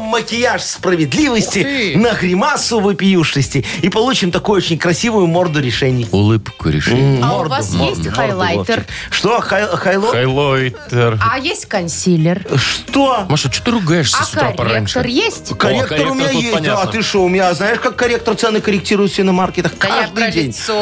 [SPEAKER 3] Ух
[SPEAKER 4] макияж
[SPEAKER 3] ты.
[SPEAKER 4] справедливости на гримасу вопиюшести и получим такую очень красивую морду решений.
[SPEAKER 2] Улыбку решили.
[SPEAKER 3] А у вас есть хайлайтер?
[SPEAKER 4] Что, хай- хайло?
[SPEAKER 2] Хайлойтер.
[SPEAKER 3] А есть консилер?
[SPEAKER 4] Что?
[SPEAKER 2] Маша, что ты ругаешься
[SPEAKER 3] А
[SPEAKER 2] с утра пораньше?
[SPEAKER 3] корректор есть?
[SPEAKER 2] О,
[SPEAKER 4] Корректор, у меня
[SPEAKER 2] тут
[SPEAKER 4] есть. А
[SPEAKER 2] понятно.
[SPEAKER 4] ты что, у меня, знаешь, как корректор цены корректирует в свиномаркетах
[SPEAKER 3] Да я
[SPEAKER 4] каждый
[SPEAKER 3] про
[SPEAKER 4] день?
[SPEAKER 3] лицо.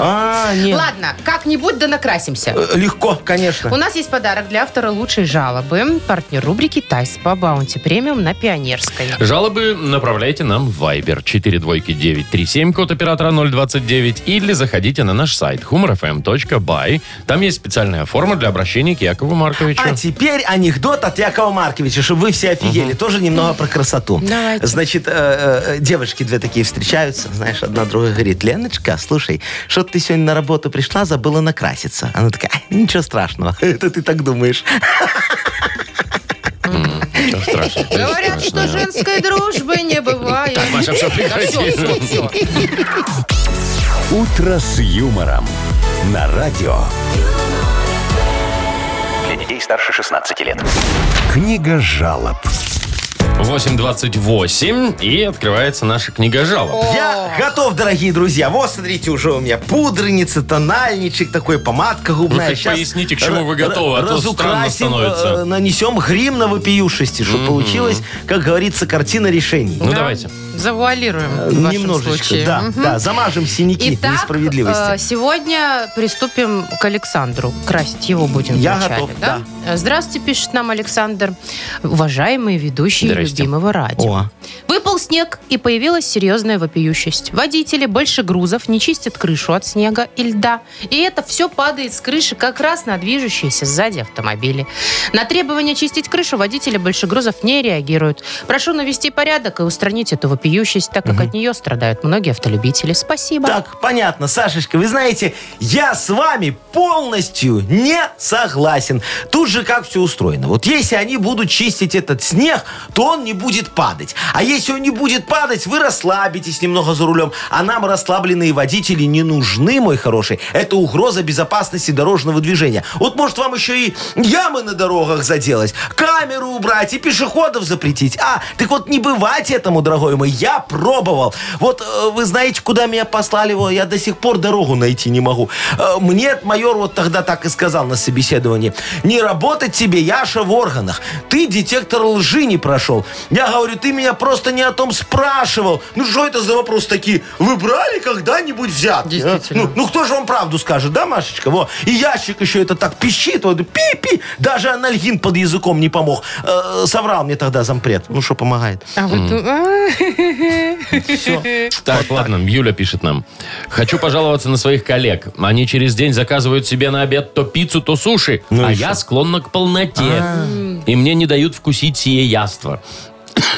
[SPEAKER 4] А, нет.
[SPEAKER 3] Ладно, как-нибудь да накрасимся.
[SPEAKER 4] Э, Легко, конечно.
[SPEAKER 3] У нас есть подарок для автора лучшей жалобы. Партнер рубрики «Тайс по баунти премиум» на Пионерской.
[SPEAKER 2] Жалобы направляйте нам в Viber 42937, код оператора 029, или заходите на наш сайт humorfm.by. Там есть специальная форма для обращения к Якову Марковичу.
[SPEAKER 4] А теперь анекдот от Якова Марковича, чтобы вы все офигели. Тоже немного про красоту.
[SPEAKER 3] Давайте.
[SPEAKER 4] Значит, э, э, девочки две такие встречаются, знаешь, одна другая говорит, Леночка, слушай, что ты сегодня на работу пришла, забыла накраситься. Она такая, «Ай, ничего страшного, (laughs) это ты так думаешь.
[SPEAKER 2] Ничего страшного, ничего
[SPEAKER 3] Говорят, что
[SPEAKER 2] страшного.
[SPEAKER 3] женской дружбы не бывает.
[SPEAKER 2] Маша, всё, прекрати.
[SPEAKER 3] Да всё, всё, всё.
[SPEAKER 1] «Утро с юмором» на радио.
[SPEAKER 5] Для детей старше 16 лет.
[SPEAKER 1] Книга жалоб.
[SPEAKER 2] 8.28, и открывается наша книга жалоб.
[SPEAKER 4] Я готов, дорогие друзья. Вот, смотрите, уже у меня пудреница, тональничек, такой помадка губная.
[SPEAKER 2] Вы хоть
[SPEAKER 4] Щас
[SPEAKER 2] Ну, поясните, к чему вы
[SPEAKER 4] р-
[SPEAKER 2] готовы, а то странно
[SPEAKER 4] разукрасим,
[SPEAKER 2] становится.
[SPEAKER 4] э, нанесем грим на вопиюшести, чтобы получилась, как говорится, картина решений.
[SPEAKER 2] Ну, давайте.
[SPEAKER 3] Завуалируем в вашем
[SPEAKER 4] Немножечко,
[SPEAKER 3] случае.
[SPEAKER 4] да,
[SPEAKER 3] Мгм.
[SPEAKER 4] да, замажем синяки
[SPEAKER 3] Итак,
[SPEAKER 4] несправедливости.
[SPEAKER 3] э, сегодня приступим к Александру. Красить его будем
[SPEAKER 4] Я
[SPEAKER 3] вначале,
[SPEAKER 4] готов,
[SPEAKER 3] Э, Здравствуйте, пишет нам Александр. Уважаемые ведущие
[SPEAKER 2] Здрасте.
[SPEAKER 3] любимого радио.
[SPEAKER 4] О,
[SPEAKER 3] Выпал снег, и появилась серьезная вопиющесть. Водители больше грузов не чистят крышу от снега и льда. И это все падает с крыши как раз на движущиеся сзади автомобили. На требование чистить крышу водители больше грузов не реагируют. Прошу навести порядок и устранить эту вопиющесть, так как от нее страдают многие автолюбители. Спасибо.
[SPEAKER 4] так, понятно, Сашечка, вы знаете, я с вами полностью не согласен. Тут же как все устроено. Вот если они будут чистить этот снег, то он не будет падать. А если он не будет падать, вы расслабитесь немного за рулем. А нам расслабленные водители не нужны, мой хороший. Это угроза безопасности дорожного движения. Вот может вам еще и ямы на дорогах заделать, камеру убрать и пешеходов запретить. А, так вот не бывать этому, дорогой мой, я пробовал. Вот э, вы знаете, куда меня послали, во, я до сих пор дорогу найти не могу. Э, Мне майор вот тогда так и сказал на собеседовании. Не работать тебе, Яша, в органах. Ты детектор лжи не прошел. Я говорю, ты меня просто не о том спрашивал. Ну что это за вопрос такие? Вы брали когда-нибудь взятки? а?
[SPEAKER 3] Действительно.
[SPEAKER 4] Ну, ну кто же вам правду скажет, да, Машечка? Во. И ящик еще это так пищит, вот пи-пи. Даже анальгин под языком не помог. Э, соврал мне тогда зампред. Ну что помогает?
[SPEAKER 3] А вы ду-
[SPEAKER 2] Так, ладно, Юля пишет нам. Хочу пожаловаться на своих коллег. Они через день заказывают себе на обед то пиццу, то суши.
[SPEAKER 4] Ну
[SPEAKER 2] а
[SPEAKER 4] и А.
[SPEAKER 2] я склонна к полноте. И мне не дают вкусить сие яство.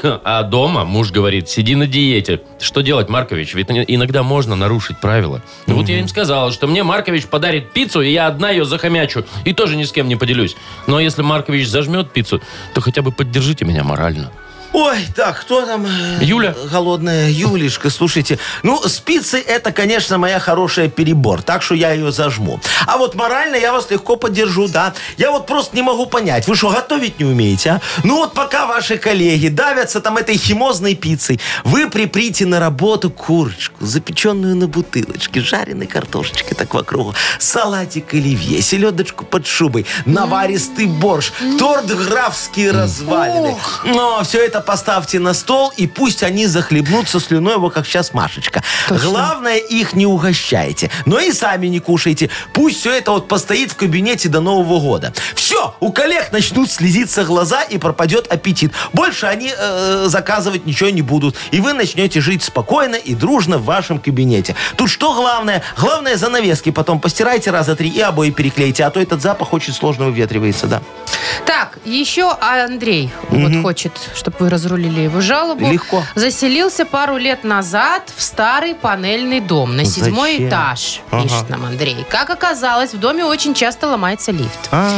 [SPEAKER 2] А дома муж говорит, сиди на диете. Что делать, Маркович? Ведь иногда можно нарушить правила. Ну Вот я им сказала, что мне Маркович подарит пиццу, и я одна ее захомячу. И тоже ни с кем не поделюсь. Но если Маркович зажмет пиццу, то хотя бы поддержите меня морально.
[SPEAKER 4] Ой, так, кто там? э,
[SPEAKER 2] Юля.
[SPEAKER 4] Голодная Юлишка, слушайте. Ну, спицы это, конечно, моя хорошая перебор, так что я ее зажму. А вот морально я вас легко поддержу, да. Я вот просто не могу понять, вы что, готовить не умеете, а? Ну вот пока ваши коллеги давятся там этой химозной пиццей, вы приприте на работу курочку, запеченную на бутылочке, жареной картошечкой так вокруг, салатик оливье, селедочку под шубой, наваристый борщ, торт графские развалины. Но все это поставьте на стол, и пусть они захлебнутся слюной, его как сейчас Машечка. Главное, их не угощайте. Но и сами не кушайте. Пусть все это вот постоит в кабинете до Нового года. Все, у коллег начнут слезиться глаза и пропадет аппетит. Больше они э, заказывать ничего не будут. И вы начнете жить спокойно и дружно в вашем кабинете. Тут что главное? Главное занавески потом постирайте раза три и обои переклейте, а то этот запах очень сложно выветривается, да.
[SPEAKER 3] Так, еще Андрей вот хочет, чтобы вы разрулили его жалобу.
[SPEAKER 4] Легко.
[SPEAKER 3] Заселился пару лет назад в старый панельный дом на седьмой
[SPEAKER 4] Зачем?
[SPEAKER 3] этаж,
[SPEAKER 4] Ага.
[SPEAKER 3] пишет нам Андрей. Как оказалось, в доме очень часто ломается лифт.
[SPEAKER 4] А.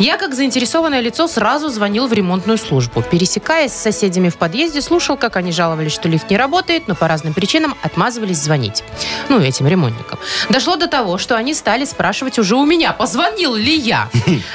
[SPEAKER 3] Я, как заинтересованное лицо, сразу звонил в ремонтную службу. Пересекаясь с соседями в подъезде, слушал, как они жаловались, что лифт не работает, но по разным причинам отмазывались звонить. Ну, этим ремонтникам. Дошло до того, что они стали спрашивать уже у меня, позвонил ли я.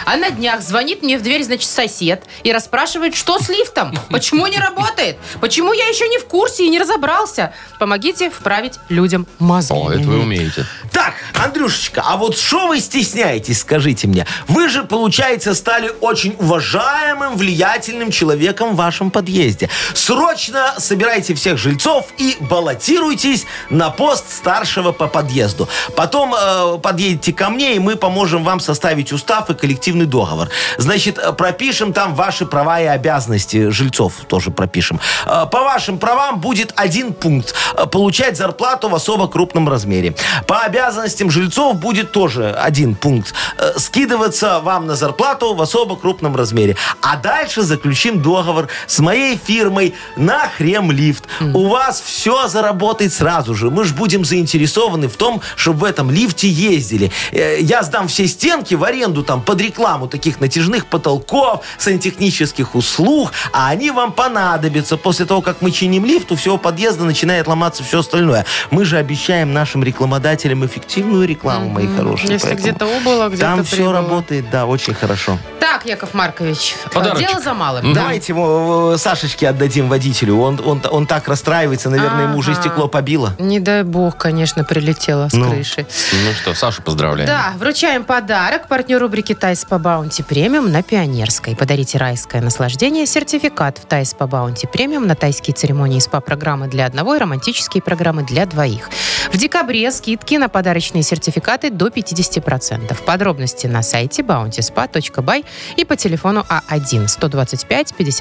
[SPEAKER 3] А на днях звонит мне в дверь, значит, сосед и расспрашивает, что с лифтом, почему Почему не работает? Почему я еще не в курсе и не разобрался? Помогите вправить людям мозги.
[SPEAKER 2] О, это вы умеете.
[SPEAKER 4] Так, Андрюшечка, а вот что вы стесняетесь, скажите мне? Вы же, получается, стали очень уважаемым, влиятельным человеком в вашем подъезде. Срочно собирайте всех жильцов и баллотируйтесь на пост старшего по подъезду. Потом э, подъедете ко мне, и мы поможем вам составить устав и коллективный договор. Значит, э, пропишем там ваши права и обязанности жильцов тоже пропишем. Э, По вашим правам будет один пункт. Э, Получать зарплату в особо крупном размере. По обязанностям жильцов будет тоже один пункт. Э, Скидываться вам на зарплату в особо крупном размере. А дальше заключим договор с моей фирмой на Хремлифт. У вас все заработает сразу же. Мы же будем заинтересованы в том, чтобы в этом лифте ездили. Э, Я сдам все стенки в аренду там под рекламу таких натяжных потолков, сантехнических услуг, а они вам понадобятся. После того, как мы чиним лифт, у всего подъезда начинает ломаться все остальное. Мы же обещаем нашим рекламодателям эффективную рекламу, мои хорошие.
[SPEAKER 3] Если
[SPEAKER 4] поэтому
[SPEAKER 3] где-то убыло, где-то
[SPEAKER 4] Там все
[SPEAKER 3] прибыло.
[SPEAKER 4] работает, да, очень хорошо.
[SPEAKER 3] Так, Яков Маркович,
[SPEAKER 2] Подарочек.
[SPEAKER 3] дело за малым.
[SPEAKER 4] Давайте его, э, Сашечке отдадим водителю. Он, он, он так расстраивается, наверное, ему уже
[SPEAKER 3] Ага.
[SPEAKER 4] стекло побило.
[SPEAKER 3] Не дай бог, конечно, прилетело с крыши.
[SPEAKER 2] Ну что, Сашу поздравляем.
[SPEAKER 3] Да, вручаем подарок партнеру рубрики «Тайс по баунти премиум» на Пионерской. Подарите райское наслаждение, сертификат в «Тайс по баунти премиум» на тайские церемонии и СПА-программы для одного и романтические программы для двоих. В декабре скидки на подарочные сертификаты до 50%. Подробности на сайте bountyspa.by и по телефону А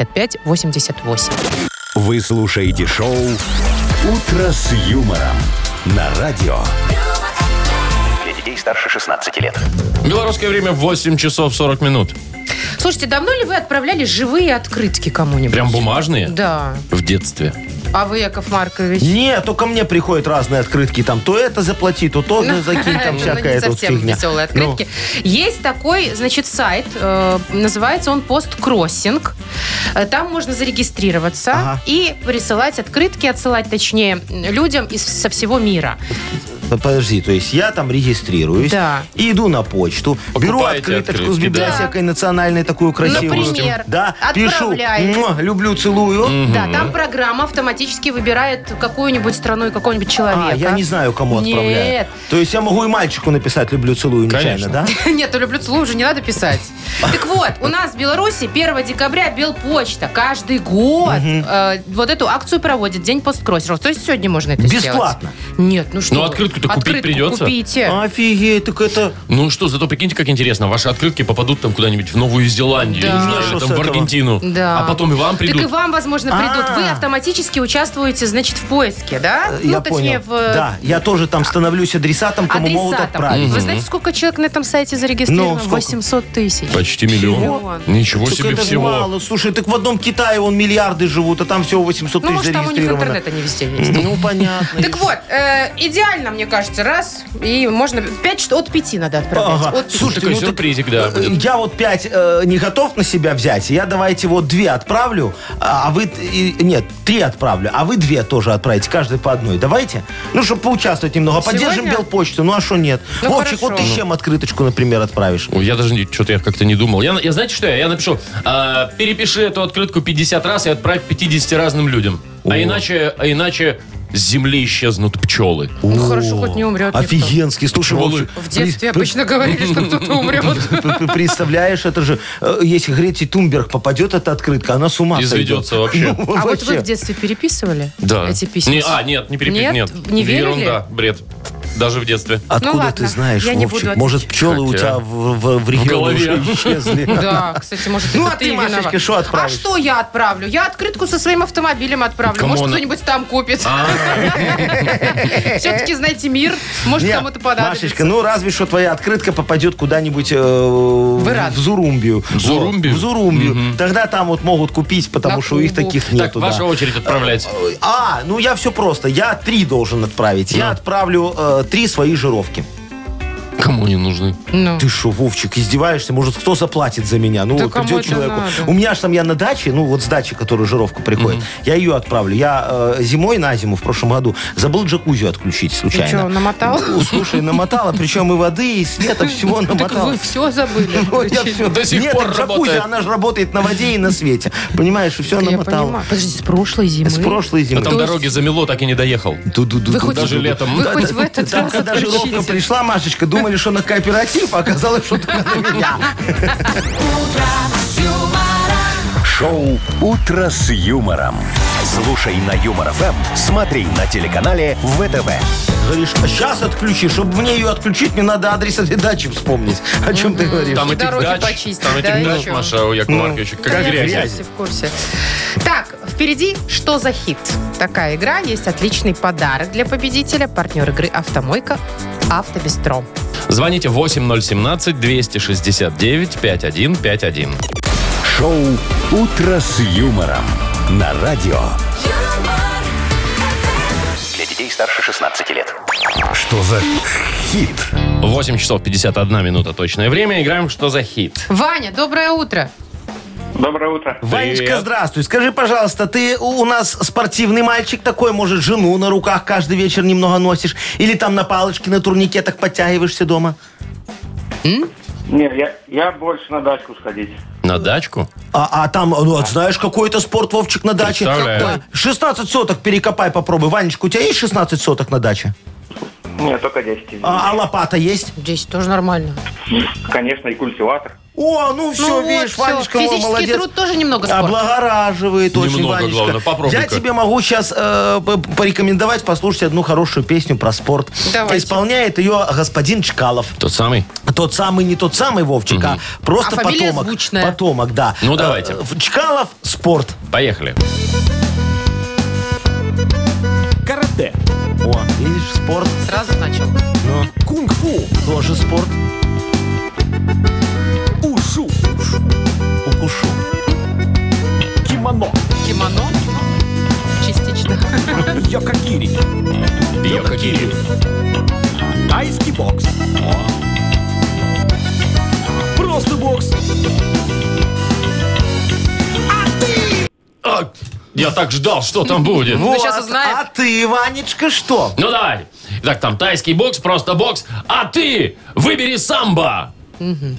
[SPEAKER 3] А1-125-55-88.
[SPEAKER 1] Вы слушаете шоу «Утро с юмором» на радио.
[SPEAKER 5] Для детей старше 16 лет.
[SPEAKER 2] Белорусское время 8 часов 40 минут.
[SPEAKER 3] Слушайте, давно ли вы отправляли живые открытки кому-нибудь?
[SPEAKER 2] Прям бумажные?
[SPEAKER 3] Да.
[SPEAKER 2] В детстве.
[SPEAKER 3] А вы, Яков Маркович?
[SPEAKER 4] Не, то ко мне приходят разные открытки. Там то это заплати, то то
[SPEAKER 3] Ну,
[SPEAKER 4] закинь,
[SPEAKER 3] (laughs)
[SPEAKER 4] там
[SPEAKER 3] ну,
[SPEAKER 4] всякая
[SPEAKER 3] не
[SPEAKER 4] эта вот
[SPEAKER 3] совсем
[SPEAKER 4] фигня.
[SPEAKER 3] веселые
[SPEAKER 4] Ну,
[SPEAKER 3] открытки. Есть такой, значит, сайт, э, называется он «Посткроссинг». Э, Там можно зарегистрироваться
[SPEAKER 4] Ага.
[SPEAKER 3] и присылать открытки, отсылать, точнее, людям из, со всего мира.
[SPEAKER 4] Ну, Подожди, то есть я там регистрируюсь,
[SPEAKER 3] Да.
[SPEAKER 4] и иду на почту, беру
[SPEAKER 2] Покупаете
[SPEAKER 4] открыточку
[SPEAKER 2] открытки,
[SPEAKER 4] с библиотекой национальной, такую красивую.
[SPEAKER 3] Например,
[SPEAKER 4] да, пишу,
[SPEAKER 3] отправляете.
[SPEAKER 4] «Муа, люблю, целую.
[SPEAKER 3] Да, там программа автоматически выбирает какую-нибудь страну и какого-нибудь человека.
[SPEAKER 4] А, я не знаю, кому
[SPEAKER 3] Нет.
[SPEAKER 4] отправляю. То есть я могу и мальчику написать «люблю, целую» нечаянно,
[SPEAKER 2] Конечно.
[SPEAKER 3] (laughs)
[SPEAKER 4] да?
[SPEAKER 3] Нет, люблю целую, уже не надо писать. Так вот, у нас в Беларуси 1 декабря Белпочта каждый год э, вот эту акцию проводит, День посткроссеров. То есть сегодня можно это сделать.
[SPEAKER 4] Бесплатно?
[SPEAKER 3] Нет, ну что
[SPEAKER 2] Ну,
[SPEAKER 3] вы.
[SPEAKER 2] открытку-то купить
[SPEAKER 3] Открытку
[SPEAKER 2] придется.
[SPEAKER 3] купите.
[SPEAKER 4] А? Офигеть, так это...
[SPEAKER 2] Ну что, зато прикиньте, как интересно, ваши открытки попадут там куда-нибудь в Новую Зеландию,
[SPEAKER 3] Да.
[SPEAKER 2] не знаю,
[SPEAKER 4] Ну, что
[SPEAKER 2] там,
[SPEAKER 4] с
[SPEAKER 2] в
[SPEAKER 4] этого?
[SPEAKER 2] Аргентину.
[SPEAKER 3] Да.
[SPEAKER 2] А потом и вам придут.
[SPEAKER 3] Так и вам, возможно, придут.
[SPEAKER 4] А.
[SPEAKER 3] Вы автоматически участвуете, значит, в поиске, да?
[SPEAKER 4] я
[SPEAKER 3] ну, точнее,
[SPEAKER 4] понял.
[SPEAKER 3] в э,
[SPEAKER 4] Да, я тоже там становлюсь адресатом, кому могут
[SPEAKER 3] адресатом.
[SPEAKER 4] отправить.
[SPEAKER 3] Вы знаете, сколько человек на этом сайте зарегистрировано?
[SPEAKER 4] Ну, сколько?
[SPEAKER 3] 800 тысяч.
[SPEAKER 2] Почти миллион.
[SPEAKER 3] Миллион.
[SPEAKER 2] Ничего
[SPEAKER 4] Так
[SPEAKER 2] себе
[SPEAKER 4] это ж
[SPEAKER 2] всего.
[SPEAKER 4] мало. Слушай, так в одном Китае вон миллиарды живут, а там всего 800
[SPEAKER 3] Ну,
[SPEAKER 4] тысяч
[SPEAKER 3] может, там у них
[SPEAKER 4] зарегистрировано.
[SPEAKER 3] интернета не везде есть.
[SPEAKER 4] Ну, понятно.
[SPEAKER 3] Так вот, э, идеально, мне кажется, раз, и можно пять что- от пяти надо отправлять.
[SPEAKER 4] Ага.
[SPEAKER 3] От пяти.
[SPEAKER 4] Слушайте,
[SPEAKER 2] Такой
[SPEAKER 4] ну так,
[SPEAKER 2] сюрпризик, да,
[SPEAKER 4] э,
[SPEAKER 2] будет.
[SPEAKER 4] Я вот пять э, не готов на себя взять. Я давайте вот две отправлю, а а вы... т- и- Нет, три отправлю, а вы две тоже отправите, каждый по одной. Давайте? Ну, чтобы поучаствовать немного. Поддержим
[SPEAKER 3] Сегодня?
[SPEAKER 4] Белпочту, ну а что нет?
[SPEAKER 3] Ну,
[SPEAKER 4] Вовчик,
[SPEAKER 3] хорошо.
[SPEAKER 4] вот ты с чем открыточку, например, отправишь?
[SPEAKER 2] Ой, я даже что-то я как-то не думал. Я, я знаете что я? Я напишу, а, перепиши эту открытку 50 раз и отправь 50 разным людям.
[SPEAKER 4] О.
[SPEAKER 2] А иначе, а иначе с земли исчезнут пчелы.
[SPEAKER 3] Ну, хорошо, хоть не умрет никто.
[SPEAKER 4] Офигенский, слушай,
[SPEAKER 2] Чего
[SPEAKER 4] Вовчик,
[SPEAKER 3] В детстве обычно говорили, что
[SPEAKER 4] (laughs)
[SPEAKER 3] кто-то
[SPEAKER 4] Ну,
[SPEAKER 3] умрет.
[SPEAKER 4] Ты Представляешь, это же, э, если Грети Тумберг попадет эта открытка, она с ума сойдет.
[SPEAKER 2] Изведется
[SPEAKER 4] (laughs)
[SPEAKER 2] вообще.
[SPEAKER 4] Ну,
[SPEAKER 3] А вот вы
[SPEAKER 4] вообще.
[SPEAKER 3] в детстве переписывали эти письма?
[SPEAKER 2] Не- а, нет, не перепить,
[SPEAKER 3] Нет?
[SPEAKER 2] нет.
[SPEAKER 3] Не верили?
[SPEAKER 2] Ерунда, бред. Даже в детстве.
[SPEAKER 4] Откуда
[SPEAKER 3] Ну, ладно,
[SPEAKER 4] ты знаешь,
[SPEAKER 3] я не буду
[SPEAKER 4] Вовчик?
[SPEAKER 3] отвечать. Ну,
[SPEAKER 4] Может, пчелы у
[SPEAKER 2] Хотя-
[SPEAKER 4] тебя в, в- в регионе
[SPEAKER 2] голове.
[SPEAKER 4] уже
[SPEAKER 3] (laughs)
[SPEAKER 4] исчезли?
[SPEAKER 3] Да, кстати, может,
[SPEAKER 4] Ну,
[SPEAKER 3] это
[SPEAKER 4] а ты,
[SPEAKER 3] виноват.
[SPEAKER 4] Машечка, что
[SPEAKER 3] А
[SPEAKER 4] отправишь?
[SPEAKER 3] что я отправлю? Я открытку со своим автомобилем отправлю.
[SPEAKER 2] Кому
[SPEAKER 3] Может,
[SPEAKER 2] она-
[SPEAKER 3] кто-нибудь там купит.
[SPEAKER 4] А.
[SPEAKER 3] (laughs) Все-таки, знаете, мир. Может,
[SPEAKER 4] Не,
[SPEAKER 3] кому-то понадобится.
[SPEAKER 4] Машечка, ну разве что твоя открытка попадет куда-нибудь э, в
[SPEAKER 3] Иран.
[SPEAKER 4] в Зурумбию. В
[SPEAKER 2] Зурумбию?
[SPEAKER 4] В Зурумбию. Тогда там вот могут купить, потому
[SPEAKER 3] На
[SPEAKER 4] что у их
[SPEAKER 3] Кубу.
[SPEAKER 4] таких
[SPEAKER 2] Так,
[SPEAKER 4] нету. да.
[SPEAKER 2] ваша очередь отправлять.
[SPEAKER 4] А, ну я все просто. Я три должен отправить. Я
[SPEAKER 2] Ну.
[SPEAKER 4] отправлю э, три свои жировки.
[SPEAKER 2] Кому они нужны?
[SPEAKER 3] Ну.
[SPEAKER 4] Ты что, Вовчик, издеваешься? Может, кто заплатит за меня? Ну,
[SPEAKER 3] Да
[SPEAKER 4] вот
[SPEAKER 3] кому
[SPEAKER 4] придет
[SPEAKER 3] это
[SPEAKER 4] человеку.
[SPEAKER 3] надо?
[SPEAKER 4] У меня ж там я на даче, ну, вот с дачи, которая жировка приходит, я ее отправлю. Я э, зимой на зиму в прошлом году забыл джакузи отключить
[SPEAKER 3] И
[SPEAKER 4] случайно.
[SPEAKER 3] что, намотал?
[SPEAKER 4] Ну, слушай, намотала, причем и воды, и света, всего
[SPEAKER 3] Так
[SPEAKER 4] намотала.
[SPEAKER 3] вы
[SPEAKER 4] (laughs)
[SPEAKER 3] все забыли.
[SPEAKER 4] Ну, я всё.
[SPEAKER 2] До сих
[SPEAKER 4] Нет,
[SPEAKER 2] пор
[SPEAKER 4] так джакузи,
[SPEAKER 2] работает.
[SPEAKER 4] она же работает на воде и на свете. Понимаешь, и все
[SPEAKER 3] Я
[SPEAKER 4] намотала.
[SPEAKER 3] понимаю. Подожди, с прошлой зимы?
[SPEAKER 4] С прошлой
[SPEAKER 2] А
[SPEAKER 4] зимы.
[SPEAKER 2] там дороги замело, так и не доехал.
[SPEAKER 4] Ду-ду-ду-ду-ду.
[SPEAKER 3] Вы хоть-
[SPEAKER 2] Даже летом.
[SPEAKER 3] Вы
[SPEAKER 2] Да,
[SPEAKER 3] хоть в этот
[SPEAKER 4] Там,
[SPEAKER 3] раз
[SPEAKER 4] когда жировка
[SPEAKER 3] отключите.
[SPEAKER 4] пришла, Машечка, думали, что на кооператив, а оказалось, что только на меня.
[SPEAKER 1] Шоу «Утро с юмором». Слушай на Юмор ФМ, смотри на телеканале ВТВ.
[SPEAKER 4] Говоришь, а сейчас отключи. Чтобы мне ее отключить, мне надо адрес этой дачи вспомнить. О чем ты говоришь?
[SPEAKER 2] Там этих
[SPEAKER 3] Дороги
[SPEAKER 2] дач,
[SPEAKER 3] почистить,
[SPEAKER 2] там
[SPEAKER 3] да,
[SPEAKER 2] этих дач,
[SPEAKER 3] еще.
[SPEAKER 2] Маша, у Якова Марковича, Ну, как
[SPEAKER 3] Конечно,
[SPEAKER 2] грязь.
[SPEAKER 4] грязи.
[SPEAKER 3] В курсе, в курсе. Так, впереди «Что за хит?» Такая игра. Есть отличный подарок для победителя. Партнер игры «Автомойка» Автобестро.
[SPEAKER 2] Звоните 8017-269-5151.
[SPEAKER 1] Шоу «Утро с юмором» на радио.
[SPEAKER 7] юмор,
[SPEAKER 5] Для детей старше 16 лет.
[SPEAKER 1] Что за хит?
[SPEAKER 2] 8 часов 51 минута точное время. Играем «Что за хит?»
[SPEAKER 3] Ваня, доброе утро.
[SPEAKER 6] Доброе утро.
[SPEAKER 4] Ванечка,
[SPEAKER 2] Привет.
[SPEAKER 4] здравствуй. Скажи, пожалуйста, ты у у нас спортивный мальчик такой, может, жену на руках каждый вечер немного носишь? Или там на палочке, на турнике так подтягиваешься дома?
[SPEAKER 6] Нет, я, я больше на дачку сходить.
[SPEAKER 2] На дачку?
[SPEAKER 4] А, а там, ну, вот знаешь, какой-то спорт, Вовчик, на даче.
[SPEAKER 2] Представляю.
[SPEAKER 4] Да, 16 соток перекопай, попробуй. Ванечка, у тебя есть 16 соток на даче?
[SPEAKER 6] Нет, только 10.
[SPEAKER 4] А, а лопата есть?
[SPEAKER 3] Здесь тоже нормально.
[SPEAKER 6] Конечно, и культиватор.
[SPEAKER 4] О, ну все,
[SPEAKER 3] Ну вот,
[SPEAKER 4] видишь,
[SPEAKER 3] всё.
[SPEAKER 4] Ванечка, о,
[SPEAKER 3] Физический
[SPEAKER 4] молодец.
[SPEAKER 3] труд тоже немного спорт.
[SPEAKER 4] Облагораживает очень,
[SPEAKER 2] Немного,
[SPEAKER 4] Ванечка.
[SPEAKER 2] главное, попробуй-ка.
[SPEAKER 4] Я тебе могу сейчас порекомендовать послушать одну хорошую песню про спорт.
[SPEAKER 3] Давайте.
[SPEAKER 4] Исполняет ее господин Чкалов.
[SPEAKER 2] Тот самый?
[SPEAKER 4] Тот самый, не тот самый Вовчик, а просто
[SPEAKER 3] А фамилия
[SPEAKER 4] потомок.
[SPEAKER 3] звучная.
[SPEAKER 4] Потомок, да.
[SPEAKER 2] Ну, давайте.
[SPEAKER 4] Э, Чкалов спорт.
[SPEAKER 2] Поехали.
[SPEAKER 9] Карате,
[SPEAKER 4] О, видишь, спорт.
[SPEAKER 3] Сразу начал.
[SPEAKER 9] кунг-фу,
[SPEAKER 4] Тоже спорт.
[SPEAKER 9] ушу,
[SPEAKER 4] Укушу.
[SPEAKER 9] кимоно,
[SPEAKER 3] Кимоно. Частично.
[SPEAKER 9] йокогири,
[SPEAKER 2] Йоко Кири.
[SPEAKER 9] тайский бокс. Просто бокс.
[SPEAKER 2] А, Я так ждал, что там (laughs) будет.
[SPEAKER 3] Ну,
[SPEAKER 4] Вот.
[SPEAKER 3] сейчас узнаем.
[SPEAKER 4] А ты, Ванечка, что?
[SPEAKER 2] Ну давай. Итак, там тайский бокс, просто бокс. А ты выбери самбо.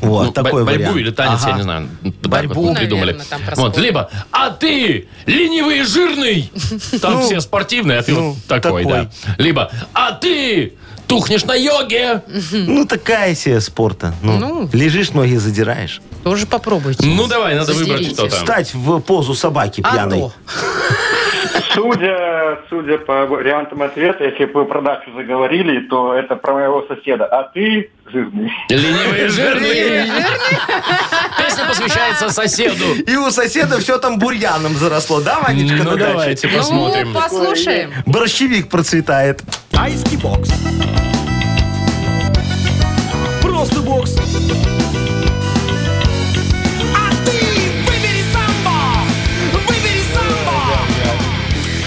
[SPEAKER 4] Вот,
[SPEAKER 2] Ну,
[SPEAKER 4] такой
[SPEAKER 2] бо- борьбу
[SPEAKER 4] вариант.
[SPEAKER 2] или танец,
[SPEAKER 4] Ага.
[SPEAKER 2] я не знаю. ну, так
[SPEAKER 4] Борьбу.
[SPEAKER 2] вот придумали.
[SPEAKER 3] Наверное, там про
[SPEAKER 2] вот,
[SPEAKER 3] спорт.
[SPEAKER 2] либо, а ты ленивый и
[SPEAKER 4] (laughs)
[SPEAKER 2] жирный. Там все спортивные, а ты
[SPEAKER 4] ну,
[SPEAKER 2] вот такой,
[SPEAKER 4] такой.
[SPEAKER 2] да. Либо, а ты тухнешь на йоге.
[SPEAKER 4] Ну, такая себе спорта. Ну,
[SPEAKER 3] Ну.
[SPEAKER 4] лежишь, ноги задираешь.
[SPEAKER 3] Тоже попробуйте.
[SPEAKER 2] Ну давай, надо выбрать
[SPEAKER 3] Задерите.
[SPEAKER 2] что-то.
[SPEAKER 4] Встать в позу собаки
[SPEAKER 3] А
[SPEAKER 4] пьяной.
[SPEAKER 3] то.
[SPEAKER 6] Судя, судя по вариантам ответа, если бы вы про дачу заговорили, то это про моего соседа. А ты жирный.
[SPEAKER 2] Ленивый и жирный. Песня посвящается соседу.
[SPEAKER 4] И у соседа все там бурьяном заросло, да, Ванечка? на
[SPEAKER 2] Ну
[SPEAKER 4] даче?
[SPEAKER 2] давайте
[SPEAKER 3] Ну,
[SPEAKER 2] посмотрим.
[SPEAKER 3] послушаем.
[SPEAKER 4] Борщевик процветает.
[SPEAKER 9] Тайский бокс. Просто бокс. А ты выбери самбо! Выбери самбо!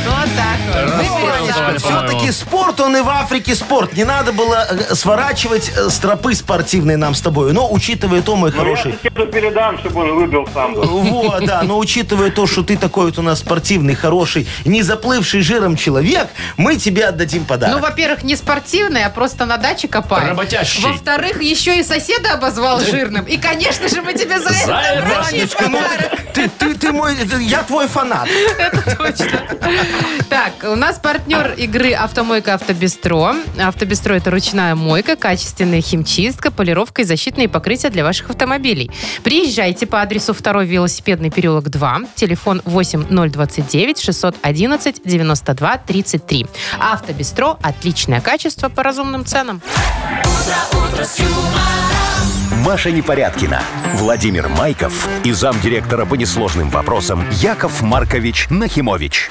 [SPEAKER 3] Ну, вот так вот.
[SPEAKER 2] Раз,
[SPEAKER 3] Выберем
[SPEAKER 2] раз,
[SPEAKER 3] сам.
[SPEAKER 2] давай. по-моему.
[SPEAKER 4] Все-таки спорт, он и в Африке спорт. Не надо было э, сворачивать э, с тропы спортивной нам с тобой. Но учитывая то, мой хороший...
[SPEAKER 6] Ну, соседу передам, чтобы он выбил сам.
[SPEAKER 4] Вот, да, но учитывая то, что ты такой вот у нас спортивный, хороший, не заплывший жиром человек, мы тебе отдадим
[SPEAKER 3] Ну,
[SPEAKER 4] подарок.
[SPEAKER 3] во-первых, не спортивный, а просто на даче копаем.
[SPEAKER 2] Работящий.
[SPEAKER 3] Во-вторых, еще и соседа обозвал жирным. И, конечно же, мы тебе за это
[SPEAKER 2] За это,
[SPEAKER 3] вручим
[SPEAKER 4] Ванечка, ну
[SPEAKER 3] подарок.
[SPEAKER 4] ты, ты, ты, ты мой, я твой фанат.
[SPEAKER 3] Это точно. Так, у нас партнер игры «Автомойка Автобестро». «Автобестро» — это ручная мойка, качественная химчистка, полировка и защитные покрытия для ваших автомобилей. Приезжайте по адресу 2 велосипедный переулок 2, телефон 8029-611-92-33. «Автобестро» — отличное качество по разумным ценам.
[SPEAKER 1] Маша Непорядкина, Владимир Майков и замдиректора по несложным вопросам Яков Маркович Нахимович.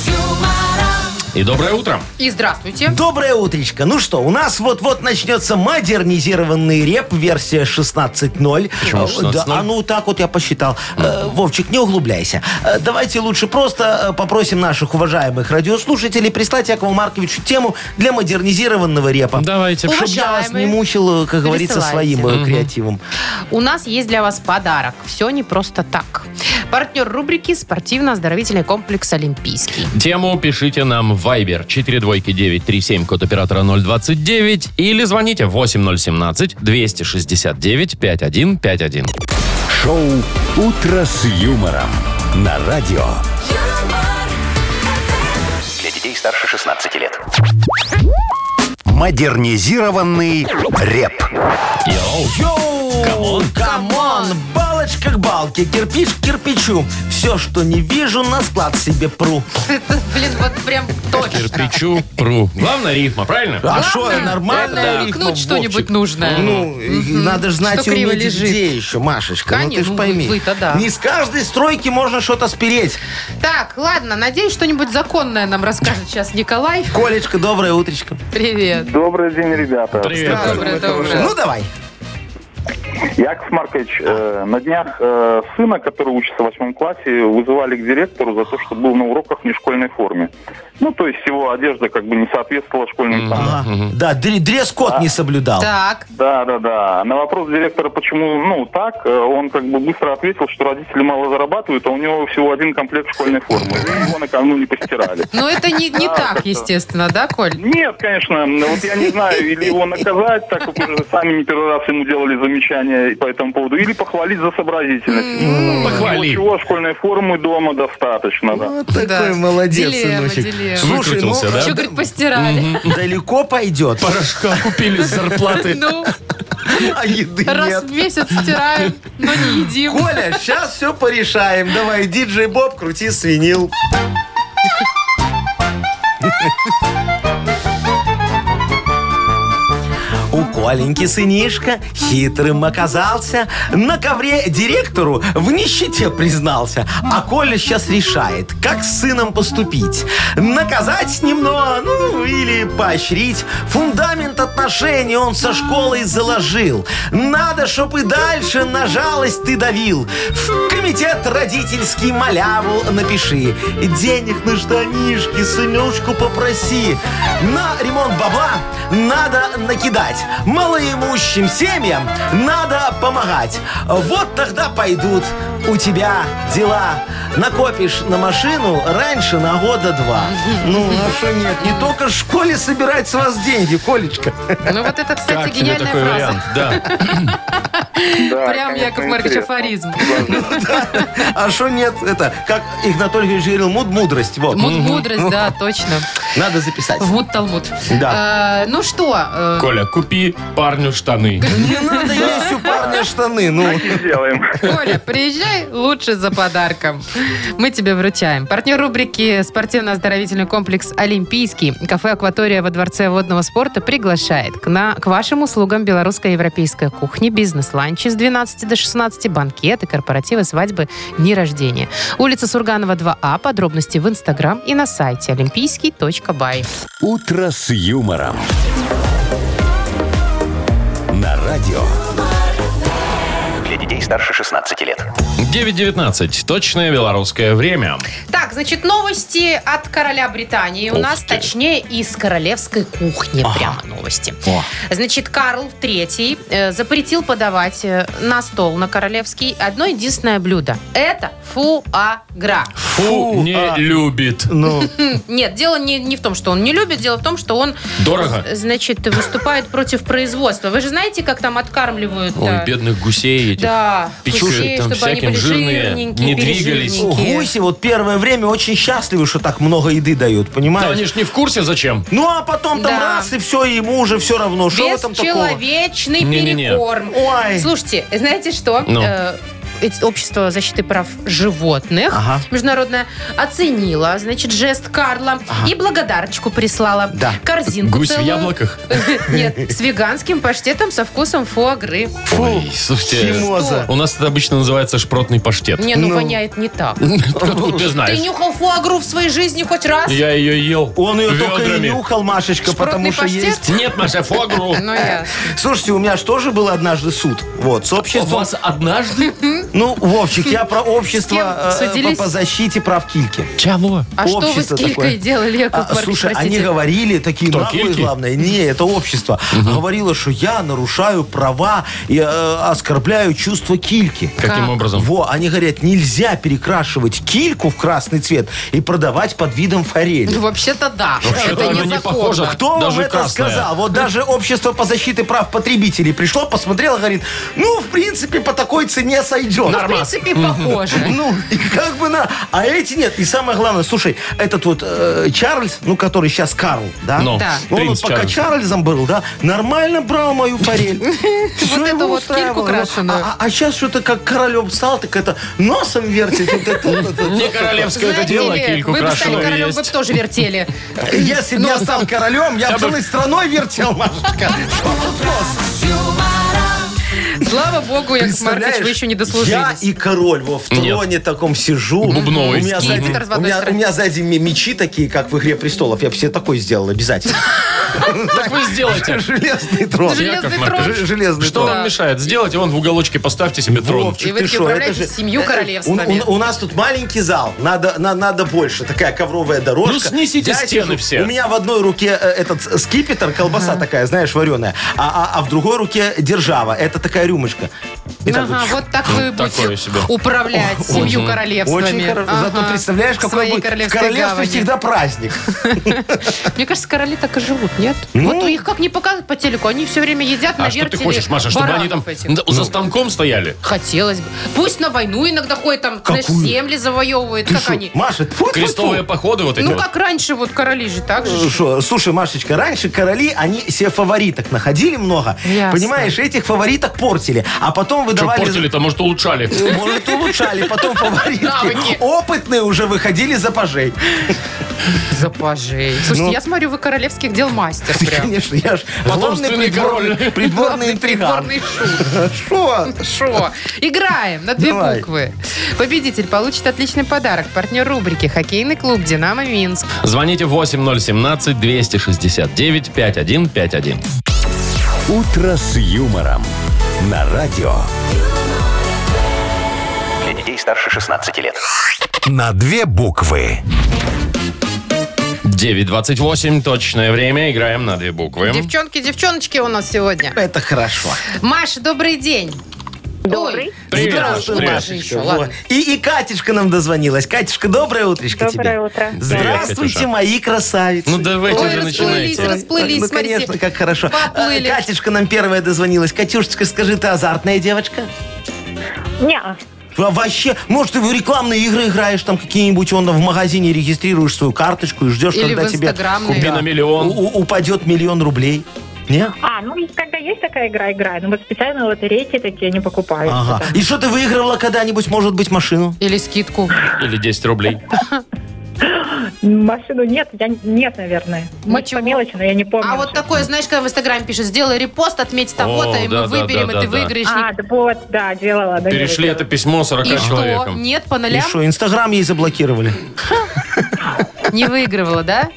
[SPEAKER 7] с юмором,
[SPEAKER 2] И доброе утро.
[SPEAKER 3] И здравствуйте.
[SPEAKER 4] Доброе утречко. Ну что, у нас вот-вот начнется модернизированный реп, версия 16.0.
[SPEAKER 2] Почему
[SPEAKER 4] Э,
[SPEAKER 2] 16.0?
[SPEAKER 4] Да, а ну так вот я посчитал. Э, Вовчик, не углубляйся. Э, Давайте лучше просто э, попросим наших уважаемых радиослушателей прислать Якову Марковичу тему для модернизированного репа.
[SPEAKER 2] Давайте.
[SPEAKER 3] Ува-
[SPEAKER 4] Чтоб я вас не
[SPEAKER 3] Уважаемые,
[SPEAKER 4] мучил, э, как говорится,
[SPEAKER 3] присылайте.
[SPEAKER 4] своим э, креативом.
[SPEAKER 3] У нас есть для вас подарок. Все не просто так. Партнер рубрики «Спортивно-оздоровительный комплекс Олимпийский».
[SPEAKER 2] Тему пишите нам в Viber 42937, код оператора 029, или звоните 8017-269-5151.
[SPEAKER 1] Шоу «Утро с юмором» на радио.
[SPEAKER 5] Для детей старше 16 лет.
[SPEAKER 1] Модернизированный реп.
[SPEAKER 2] Йоу.
[SPEAKER 4] Йоу! Камон! Балочка к балке, кирпич к кирпичу. Все, что не вижу, на склад себе пру.
[SPEAKER 3] Это, блин, вот прям точно.
[SPEAKER 2] Кирпичу пру. Главное рифма, правильно?
[SPEAKER 4] А что, нормально?
[SPEAKER 3] Намекнуть что-нибудь нужное.
[SPEAKER 4] Ну, и надо же знать
[SPEAKER 3] Что
[SPEAKER 4] и
[SPEAKER 3] криво
[SPEAKER 4] уметь,
[SPEAKER 3] лежит.
[SPEAKER 4] где еще, Машечка. ну, ты
[SPEAKER 3] Конечно,
[SPEAKER 4] ж
[SPEAKER 3] ну,
[SPEAKER 4] пойми.
[SPEAKER 3] вы-то да.
[SPEAKER 4] Не с каждой стройки можно что-то спереть.
[SPEAKER 3] Так, ладно, надеюсь, что-нибудь законное нам расскажет сейчас Николай.
[SPEAKER 4] Колечка, доброе утречко.
[SPEAKER 3] Привет.
[SPEAKER 6] Добрый день, ребята.
[SPEAKER 2] Привет.
[SPEAKER 3] Доброе, доброе.
[SPEAKER 4] Ну, давай.
[SPEAKER 6] Яков Маркович, э, на днях э, сына, который учится в восьмом классе, вызывали к директору за то, что был на уроках в нешкольной форме. Ну, то есть его одежда как бы не соответствовала школьным стандартам.
[SPEAKER 3] А.
[SPEAKER 4] Ага. Да, дре- дресс-код не соблюдал.
[SPEAKER 3] Так,
[SPEAKER 6] Да, да, да. На вопрос директора, почему, ну, так, э, он как бы быстро ответил, что родители мало зарабатывают, а у него всего один комплект школьной формы. И Его накануне постирали.
[SPEAKER 3] но ну это не, не так, естественно, да, Коль?
[SPEAKER 6] Нет, конечно, ну, вот я не знаю, или его наказать, так как уже сами не первый раз ему делали замечания по этому поводу, или похвалить за сообразительность. Ну,
[SPEAKER 2] Похвали.
[SPEAKER 6] Чего школьной формы дома достаточно, да.
[SPEAKER 4] Вот такой
[SPEAKER 3] Да.
[SPEAKER 4] молодец,
[SPEAKER 3] Дилемма,
[SPEAKER 4] сыночек.
[SPEAKER 3] дилемма.
[SPEAKER 4] Слушай, ну,
[SPEAKER 2] Выкрутился, да?
[SPEAKER 3] Еще, говорит, постирали.
[SPEAKER 4] далеко пойдет,
[SPEAKER 2] Порошка купили с зарплаты.
[SPEAKER 3] Ну,
[SPEAKER 4] а еды
[SPEAKER 3] раз
[SPEAKER 4] нет.
[SPEAKER 3] в месяц стираем, но не едим.
[SPEAKER 4] Коля, сейчас все порешаем. Давай, диджей Боб, крути свинил. У Коленьки сынишка хитрым оказался. На ковре директору в нищете признался. А Коля сейчас решает, как с сыном поступить. Наказать немного, ну или поощрить. Фундамент отношений он со школой заложил. Надо, чтоб и дальше на жалость ты давил. В комитет родительский маляву напиши. Денег на штанишки, сынюшку попроси. На ремонт бабла надо накидать. Малоимущим семьям надо помогать. Вот тогда пойдут у тебя дела. Накопишь на машину раньше на года два. Ну, а что нет? Не только в школе собирать с вас деньги, Колечка.
[SPEAKER 3] Ну, вот это, кстати,
[SPEAKER 2] Как тебе
[SPEAKER 3] гениальная
[SPEAKER 2] такой вариант?
[SPEAKER 3] фраза.
[SPEAKER 2] Да.
[SPEAKER 6] Да,
[SPEAKER 3] Прям,
[SPEAKER 6] конечно,
[SPEAKER 3] Яков Маркович,
[SPEAKER 6] интересно.
[SPEAKER 3] афоризм.
[SPEAKER 4] А что нет? Это, как Игнатолий Григорьевич говорил, муд мудрость. Вот.
[SPEAKER 3] Муд- Мудрость,
[SPEAKER 4] (laughs)
[SPEAKER 3] да, точно.
[SPEAKER 4] Надо записать.
[SPEAKER 3] В муд Талмуд.
[SPEAKER 4] Да.
[SPEAKER 3] Э, Ну что, э,
[SPEAKER 2] Коля, купи парню штаны.
[SPEAKER 4] Не надо есть у парня штаны. Ну,
[SPEAKER 6] Сделаем.
[SPEAKER 3] Коля, приезжай лучше за подарком. Мы тебе вручаем. Партнер рубрики «Спортивно-оздоровительный комплекс Олимпийский» кафе «Акватория» во Дворце водного спорта приглашает к, на, к вашим услугам белорусская и европейская кухня, бизнес-ланчи с 12 до 16, банкеты, корпоративы, свадьбы, дни рождения. Улица Сурганова, 2А. Подробности в Инстаграм и на сайте олимпийский.бай.
[SPEAKER 1] «Утро с юмором». На радио.
[SPEAKER 5] Для детей старше 16 лет.
[SPEAKER 2] 9.19. Точное белорусское время.
[SPEAKER 3] Так, значит, новости от короля Британии. У
[SPEAKER 2] Ух
[SPEAKER 3] нас,
[SPEAKER 2] ты.
[SPEAKER 3] точнее, из королевской кухни прямо новости. Значит, Карл III э, запретил подавать э, на стол на королевский одно единственное блюдо. Это фуагра. (laughs)
[SPEAKER 2] Фу,
[SPEAKER 4] Фу,
[SPEAKER 2] не
[SPEAKER 4] а.
[SPEAKER 2] любит.
[SPEAKER 4] ну.
[SPEAKER 3] Нет, дело не, не в том, что он не любит, дело в том, что он, э,
[SPEAKER 2] Дорого.
[SPEAKER 3] значит, выступает против производства. Вы же знаете, как там откармливают...
[SPEAKER 2] Ой,
[SPEAKER 3] э,
[SPEAKER 2] бедных гусей этих.
[SPEAKER 3] Да,
[SPEAKER 2] печушек
[SPEAKER 3] гусей,
[SPEAKER 2] там
[SPEAKER 3] чтобы они
[SPEAKER 2] всяким
[SPEAKER 3] были
[SPEAKER 2] жирные,
[SPEAKER 3] жирненькие,
[SPEAKER 2] не двигались.
[SPEAKER 3] пережирненькие.
[SPEAKER 4] Гуси вот первое время очень счастливы, что так много еды дают, понимаешь?
[SPEAKER 2] Да они ж не в курсе, зачем.
[SPEAKER 4] Ну а потом там
[SPEAKER 3] Да.
[SPEAKER 4] раз, и все, ему уже все равно. Что в этом такого?
[SPEAKER 3] Бесчеловечный
[SPEAKER 2] Не-не-не.
[SPEAKER 3] перекорм.
[SPEAKER 4] Ой.
[SPEAKER 3] Слушайте, знаете что?
[SPEAKER 2] Ну.
[SPEAKER 3] Э, эти- общество защиты прав животных
[SPEAKER 4] Ага.
[SPEAKER 3] международное оценило, значит, жест Карла и благодарочку прислала.
[SPEAKER 4] Да.
[SPEAKER 3] Корзинку
[SPEAKER 2] Гусь в
[SPEAKER 3] Ну, целую.
[SPEAKER 2] яблоках?
[SPEAKER 3] (laughs) Нет, с веганским паштетом со вкусом фуагры.
[SPEAKER 2] Ой, слушайте.
[SPEAKER 4] Химоза.
[SPEAKER 2] У нас это обычно называется шпротный паштет. (laughs)
[SPEAKER 3] Не, ну, воняет не так.
[SPEAKER 2] Откуда ты
[SPEAKER 3] Ты
[SPEAKER 2] знаешь?
[SPEAKER 3] нюхал фуагру в своей жизни хоть раз?
[SPEAKER 2] Я ее ел
[SPEAKER 4] Он ее только и
[SPEAKER 2] ведрами.
[SPEAKER 4] нюхал, Машечка, потому
[SPEAKER 3] Шпротный
[SPEAKER 4] что
[SPEAKER 3] паштет?
[SPEAKER 4] есть.
[SPEAKER 2] Нет, Маша,
[SPEAKER 3] (laughs)
[SPEAKER 2] фогру.
[SPEAKER 3] Ну, я.
[SPEAKER 4] Слушайте, у меня же тоже был однажды суд. Вот, с
[SPEAKER 2] У
[SPEAKER 4] обществом.
[SPEAKER 2] вас
[SPEAKER 3] (laughs)
[SPEAKER 2] однажды...
[SPEAKER 4] Ну, Вовчик, я про общество
[SPEAKER 3] С кем
[SPEAKER 4] э,
[SPEAKER 3] судились?
[SPEAKER 4] по, по защите прав Кильки.
[SPEAKER 2] Чего?
[SPEAKER 3] А что вы с
[SPEAKER 4] Общество
[SPEAKER 3] Килькой
[SPEAKER 4] такое.
[SPEAKER 3] делали, Яков
[SPEAKER 4] А,
[SPEAKER 3] Маркович,
[SPEAKER 4] слушай,
[SPEAKER 3] простите?
[SPEAKER 4] они говорили, такие
[SPEAKER 2] Кто,
[SPEAKER 4] наглые,
[SPEAKER 2] Кильки?
[SPEAKER 4] главное. Не, это общество. Говорило, что я нарушаю права и э, оскорбляю чувство Кильки.
[SPEAKER 2] Каким образом?
[SPEAKER 4] Во, они говорят, нельзя перекрашивать кильку в красный цвет и продавать под видом форели.
[SPEAKER 3] Ну, вообще-то да.
[SPEAKER 2] Вообще-то
[SPEAKER 3] это
[SPEAKER 2] оно не
[SPEAKER 3] незаконно.
[SPEAKER 2] похоже.
[SPEAKER 4] Кто
[SPEAKER 2] Даже
[SPEAKER 4] вам это
[SPEAKER 2] красная.
[SPEAKER 4] сказал? Вот даже общество по защите прав потребителей пришло, посмотрело, говорит, ну, в принципе, по такой цене сойдет.
[SPEAKER 3] Ну, В
[SPEAKER 2] (laughs)
[SPEAKER 3] принципе, похоже.
[SPEAKER 4] (laughs) Ну, и как бы на... А эти нет. И самое главное, слушай, этот вот э, Чарльз, ну, который сейчас Карл, да?
[SPEAKER 2] Ну,
[SPEAKER 3] Да.
[SPEAKER 4] Он
[SPEAKER 2] принц
[SPEAKER 4] вот пока
[SPEAKER 2] Чарльз.
[SPEAKER 4] Чарльзом был, да, нормально брал мою
[SPEAKER 3] (laughs)
[SPEAKER 4] форель. Всё
[SPEAKER 3] Вот эту
[SPEAKER 4] его
[SPEAKER 3] вот
[SPEAKER 4] устраивало.
[SPEAKER 3] кильку крашеную.
[SPEAKER 4] А сейчас что-то как королем стал, так это носом вертит. вот это, вот это.
[SPEAKER 2] Не королевское это
[SPEAKER 3] Знаете
[SPEAKER 4] а
[SPEAKER 2] дело,
[SPEAKER 3] ли,
[SPEAKER 2] кильку
[SPEAKER 3] вы бы стали
[SPEAKER 2] крашеную
[SPEAKER 3] королем, вы бы
[SPEAKER 2] есть.
[SPEAKER 3] тоже вертели.
[SPEAKER 4] Если бы я
[SPEAKER 3] Ну.
[SPEAKER 4] стал королем, я бы целой страной вертел, Машечка.
[SPEAKER 3] Слава богу, Яков Маркович, вы еще не
[SPEAKER 4] Я
[SPEAKER 3] дослужились.
[SPEAKER 4] и король во в троне таком сижу.
[SPEAKER 2] Бубновый.
[SPEAKER 4] У меня,
[SPEAKER 2] С
[SPEAKER 4] сзади,
[SPEAKER 3] Гиппетер с
[SPEAKER 4] у,
[SPEAKER 3] одной
[SPEAKER 4] меня,
[SPEAKER 3] стороны.
[SPEAKER 4] у меня сзади ме- мечи такие, как в «Игре престолов». Я бы себе такой сделал обязательно.
[SPEAKER 2] Так вы сделайте.
[SPEAKER 4] Железный трон.
[SPEAKER 3] Железный
[SPEAKER 2] Яков Маркович,
[SPEAKER 3] трон.
[SPEAKER 4] Ж- Железный
[SPEAKER 2] Что
[SPEAKER 4] трон.
[SPEAKER 2] вам мешает? Сделайте, вон в уголочке поставьте себе трон.
[SPEAKER 4] Вовчик,
[SPEAKER 3] И вы
[SPEAKER 4] ты
[SPEAKER 3] таки
[SPEAKER 4] шо, это
[SPEAKER 3] управляете
[SPEAKER 4] же-
[SPEAKER 3] семью
[SPEAKER 4] э, э,
[SPEAKER 3] королевствами.
[SPEAKER 4] У, у- у нас тут маленький зал, надо, на- надо больше. Такая ковровая дорожка.
[SPEAKER 2] Ну, снесите
[SPEAKER 4] Я
[SPEAKER 2] стены
[SPEAKER 4] сижу,
[SPEAKER 2] все.
[SPEAKER 4] У меня в одной руке э, этот с- скипетр, колбаса такая, знаешь, вареная, а, а- а в другой руке держава. Это такая рюмочка. И так
[SPEAKER 3] Ага,
[SPEAKER 4] вот.
[SPEAKER 3] вот так вы
[SPEAKER 2] такое
[SPEAKER 3] будете
[SPEAKER 2] себе.
[SPEAKER 3] управлять семью королевствами.
[SPEAKER 4] Очень хорошо. Зато
[SPEAKER 3] Ага.
[SPEAKER 4] представляешь, какой
[SPEAKER 3] Своей
[SPEAKER 4] будет в
[SPEAKER 3] королевской
[SPEAKER 4] королевстве
[SPEAKER 3] гавани. (laughs)
[SPEAKER 4] всегда праздник.
[SPEAKER 3] Мне кажется, короли так и живут, нет?
[SPEAKER 4] Ну.
[SPEAKER 3] Вот у них как не показывают по телеку, они все время едят на
[SPEAKER 2] А что ты
[SPEAKER 3] вертеле
[SPEAKER 2] хочешь, Маша, чтобы они там
[SPEAKER 3] баранов этих. Ну.
[SPEAKER 2] за- за станком стояли?
[SPEAKER 3] Хотелось бы. Пусть на войну иногда ходят, там, знаешь,
[SPEAKER 4] Какую?
[SPEAKER 3] земли завоевывают,
[SPEAKER 4] Ты
[SPEAKER 3] как
[SPEAKER 4] шо,
[SPEAKER 3] они.
[SPEAKER 4] Маша, тьфу, тьфу,
[SPEAKER 2] Крестовые
[SPEAKER 4] тьфу.
[SPEAKER 2] походы вот эти
[SPEAKER 3] Ну,
[SPEAKER 2] вот.
[SPEAKER 3] как раньше, вот короли же так же. ж.
[SPEAKER 4] Э, Шо, слушай, Машечка, раньше короли, они себе фавориток находили много.
[SPEAKER 3] Ясно.
[SPEAKER 4] Понимаешь, этих фавориток портили. А потом
[SPEAKER 2] Что
[SPEAKER 4] выдавали... за-
[SPEAKER 2] портили-то, может, улучшали.
[SPEAKER 4] Ну, Может, улучшали, потом
[SPEAKER 3] Навыки.
[SPEAKER 4] фаворитки. Опытные уже выходили за пажей.
[SPEAKER 3] За пажей. Слушайте, я смотрю, вы королевских дел мастер
[SPEAKER 4] Ты,
[SPEAKER 3] прям.
[SPEAKER 4] Ну. конечно, я ж главный
[SPEAKER 2] Потомственный король.
[SPEAKER 4] придворный, придворный интриган.
[SPEAKER 3] Придворный шут.
[SPEAKER 4] Шо?
[SPEAKER 3] Шо? Играем на две
[SPEAKER 4] Давай.
[SPEAKER 3] буквы. Победитель получит отличный подарок. Партнер рубрики «Хоккейный клуб «Динамо Минск».
[SPEAKER 2] Звоните 8017-269-5151.
[SPEAKER 1] «Утро с юмором» на радио.
[SPEAKER 5] Для детей старше 16 лет.
[SPEAKER 1] На две буквы.
[SPEAKER 2] 9.28, точное время, играем на две буквы.
[SPEAKER 3] Девчонки, девчоночки у нас сегодня.
[SPEAKER 4] Это хорошо.
[SPEAKER 3] Маша, добрый день.
[SPEAKER 8] Добрый.
[SPEAKER 3] Ой,
[SPEAKER 2] Привет,
[SPEAKER 4] Здравствуй,
[SPEAKER 2] привет.
[SPEAKER 3] Маша еще,
[SPEAKER 4] Во.
[SPEAKER 3] ладно.
[SPEAKER 4] И, и Катюшка нам дозвонилась. Катюшка, доброе утречко
[SPEAKER 8] Доброе
[SPEAKER 4] тебе.
[SPEAKER 8] утро.
[SPEAKER 2] Привет, Катюша.
[SPEAKER 4] Здравствуйте, мои красавицы.
[SPEAKER 2] Ну давайте
[SPEAKER 3] Ой,
[SPEAKER 2] же
[SPEAKER 3] расплылись,
[SPEAKER 2] начинайте.
[SPEAKER 3] расплылись. Сплылись,
[SPEAKER 4] ну,
[SPEAKER 3] смотрите.
[SPEAKER 4] конечно, как хорошо.
[SPEAKER 3] Поплыли.
[SPEAKER 4] А, Катюшка нам первая дозвонилась. Катюшечка, скажи, ты азартная девочка?
[SPEAKER 8] Неа.
[SPEAKER 4] А Вообще, может, ты в рекламные игры играешь там какие-нибудь, он в магазине регистрируешь свою карточку и ждешь,
[SPEAKER 3] Или
[SPEAKER 4] когда
[SPEAKER 3] в
[SPEAKER 4] тебе
[SPEAKER 3] инстаграмные.
[SPEAKER 2] Купи на миллион.
[SPEAKER 4] у- у- упадет миллион рублей. Не?
[SPEAKER 8] А, ну когда есть такая игра, играю. Но вот специально лотерейки такие не покупаю.
[SPEAKER 4] Ага.
[SPEAKER 8] Потому-
[SPEAKER 4] И что ты выигрывала когда-нибудь, может быть, машину?
[SPEAKER 3] Или скидку.
[SPEAKER 2] Или 10 рублей.
[SPEAKER 8] Машину нет, я нет, наверное. Может,
[SPEAKER 3] Ничего.
[SPEAKER 8] по мелочи, но я не помню.
[SPEAKER 3] А вот
[SPEAKER 8] уже.
[SPEAKER 3] такое, знаешь, когда в Инстаграме пишет, сделай репост, отметь того-то,
[SPEAKER 2] О,
[SPEAKER 3] и
[SPEAKER 2] да, да,
[SPEAKER 3] мы выберем,
[SPEAKER 2] да,
[SPEAKER 3] и ты
[SPEAKER 2] да.
[SPEAKER 3] выиграешь.
[SPEAKER 8] А, да вот, да, делала. да,
[SPEAKER 2] Перешли
[SPEAKER 8] делала.
[SPEAKER 2] это письмо 40
[SPEAKER 3] И что?
[SPEAKER 2] человекам.
[SPEAKER 3] Нет, по
[SPEAKER 4] И
[SPEAKER 3] нолям
[SPEAKER 4] что, Инстаграм ей заблокировали?
[SPEAKER 3] не выигрывала, да?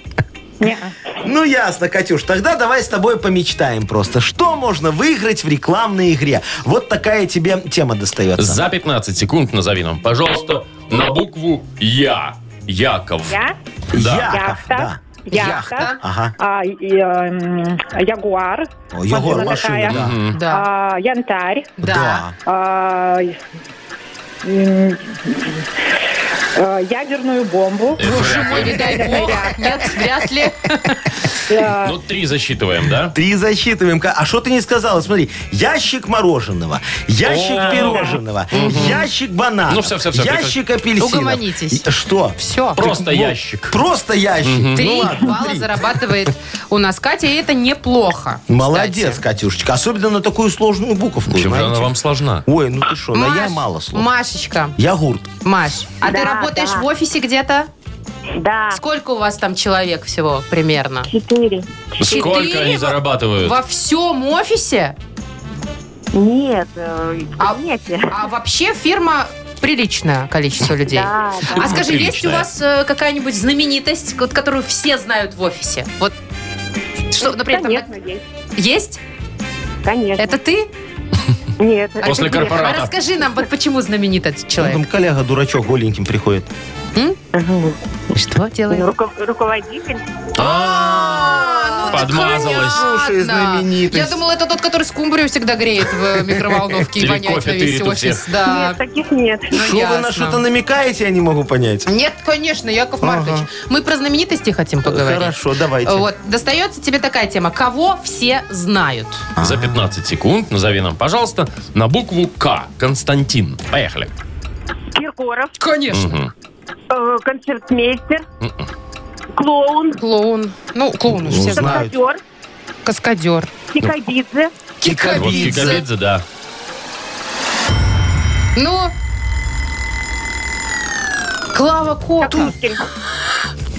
[SPEAKER 8] Неа.
[SPEAKER 4] Ну, ясно, Катюш. Тогда давай с тобой помечтаем просто. Что можно выиграть в рекламной игре? Вот такая тебе тема достается.
[SPEAKER 2] За 15 секунд назови нам, пожалуйста, на букву Я. Яков.
[SPEAKER 8] Я,
[SPEAKER 2] Да.
[SPEAKER 4] Яков, да.
[SPEAKER 8] яхта, яхта,
[SPEAKER 4] Ага.
[SPEAKER 8] а, и, эм, ягуар,
[SPEAKER 4] О, Егор, машина,
[SPEAKER 8] такая.
[SPEAKER 4] да.
[SPEAKER 3] Да.
[SPEAKER 8] а, янтарь,
[SPEAKER 3] Да.
[SPEAKER 8] а, м, Э, Ядерную бомбу.
[SPEAKER 2] Э,
[SPEAKER 3] Боже мой, не дай бог. Нет, вряд ли.
[SPEAKER 8] Э,
[SPEAKER 2] Ну, три засчитываем, да?
[SPEAKER 4] Три засчитываем. Ка- А что ты не сказала? Смотри, ящик мороженого, ящик
[SPEAKER 2] О.
[SPEAKER 4] пирожного, ящик банана,
[SPEAKER 2] Ну, всё, всё, всё,
[SPEAKER 4] ящик апельсинов.
[SPEAKER 3] Угомонитесь.
[SPEAKER 4] И- Что?
[SPEAKER 3] Все.
[SPEAKER 2] Просто
[SPEAKER 4] Ну,
[SPEAKER 2] ящик.
[SPEAKER 4] Просто ящик.
[SPEAKER 3] Три
[SPEAKER 4] Ну ладно,
[SPEAKER 3] балла
[SPEAKER 4] три.
[SPEAKER 3] зарабатывает у нас Катя, и это неплохо. кстати.
[SPEAKER 4] Молодец, Катюшечка. Особенно на такую сложную буковку.
[SPEAKER 2] Чем же
[SPEAKER 4] знаете.
[SPEAKER 2] она вам сложна?
[SPEAKER 4] Ой, ну ты что, на я
[SPEAKER 3] Маш,
[SPEAKER 4] мало слов.
[SPEAKER 3] Машечка,
[SPEAKER 4] Ягурт.
[SPEAKER 3] Маш, а ты
[SPEAKER 8] Да,
[SPEAKER 3] работаешь
[SPEAKER 8] да.
[SPEAKER 3] в офисе где-то?
[SPEAKER 8] Да,
[SPEAKER 3] Сколько у вас там человек всего примерно?
[SPEAKER 8] четыре.
[SPEAKER 2] Сколько они
[SPEAKER 3] во-
[SPEAKER 4] Э.
[SPEAKER 2] зарабатывают?
[SPEAKER 3] Во всем офисе?
[SPEAKER 8] Нет, э,
[SPEAKER 3] А-
[SPEAKER 8] кабинете.
[SPEAKER 3] А вообще фирма приличное количество людей.
[SPEAKER 8] Да, да.
[SPEAKER 3] А скажи, есть у
[SPEAKER 2] Приличная.
[SPEAKER 3] вас э, какая-нибудь знаменитость, вот, которую все знают в офисе? Вот что,
[SPEAKER 8] Ну,
[SPEAKER 3] например, там
[SPEAKER 8] Конечно, есть.
[SPEAKER 3] так- есть?
[SPEAKER 8] Конечно.
[SPEAKER 3] Это ты?
[SPEAKER 8] Нет.
[SPEAKER 3] А
[SPEAKER 2] После
[SPEAKER 3] ты-
[SPEAKER 2] корпората.
[SPEAKER 3] А расскажи нам, вот почему знаменит этот
[SPEAKER 4] Там
[SPEAKER 3] человек?
[SPEAKER 4] коллега дурачок голеньким приходит.
[SPEAKER 8] Мгм.
[SPEAKER 3] Что делает?
[SPEAKER 8] Руко- Руководитель.
[SPEAKER 3] А, ну так
[SPEAKER 2] Подмазалась.
[SPEAKER 3] понятно.
[SPEAKER 4] Слушай, знаменитость.
[SPEAKER 3] Я думала, это тот, который скумбрию всегда греет в микроволновке и
[SPEAKER 2] Или
[SPEAKER 3] воняет
[SPEAKER 2] кофе
[SPEAKER 3] на весь
[SPEAKER 2] тырит у
[SPEAKER 3] офис.
[SPEAKER 2] всех.
[SPEAKER 3] Да.
[SPEAKER 8] Нет, таких нет.
[SPEAKER 3] Ну,
[SPEAKER 4] Что вы
[SPEAKER 3] ясно.
[SPEAKER 4] на что-то намекаете, я не могу понять.
[SPEAKER 3] Нет, конечно, Яков
[SPEAKER 4] Ага.
[SPEAKER 3] Маркович. Мы про знаменитости хотим поговорить.
[SPEAKER 4] Хорошо, давайте.
[SPEAKER 3] Вот, достается тебе такая тема. Кого все знают?
[SPEAKER 2] За 15 секунд назови нам, пожалуйста, на букву К. Константин. Поехали.
[SPEAKER 8] Киркоров,
[SPEAKER 3] Конечно.
[SPEAKER 2] Мгм.
[SPEAKER 8] э, концертмейстер, клоун,
[SPEAKER 3] Клоун. Ну, клоун уже
[SPEAKER 4] Ну,
[SPEAKER 3] все
[SPEAKER 4] знаю.
[SPEAKER 3] знают.
[SPEAKER 4] Знают.
[SPEAKER 8] каскадер,
[SPEAKER 3] Каскадер.
[SPEAKER 8] Кикабидзе.
[SPEAKER 2] Вот Кикабидзе, да.
[SPEAKER 3] Ну, Клава Кока.
[SPEAKER 8] Каплюшкин.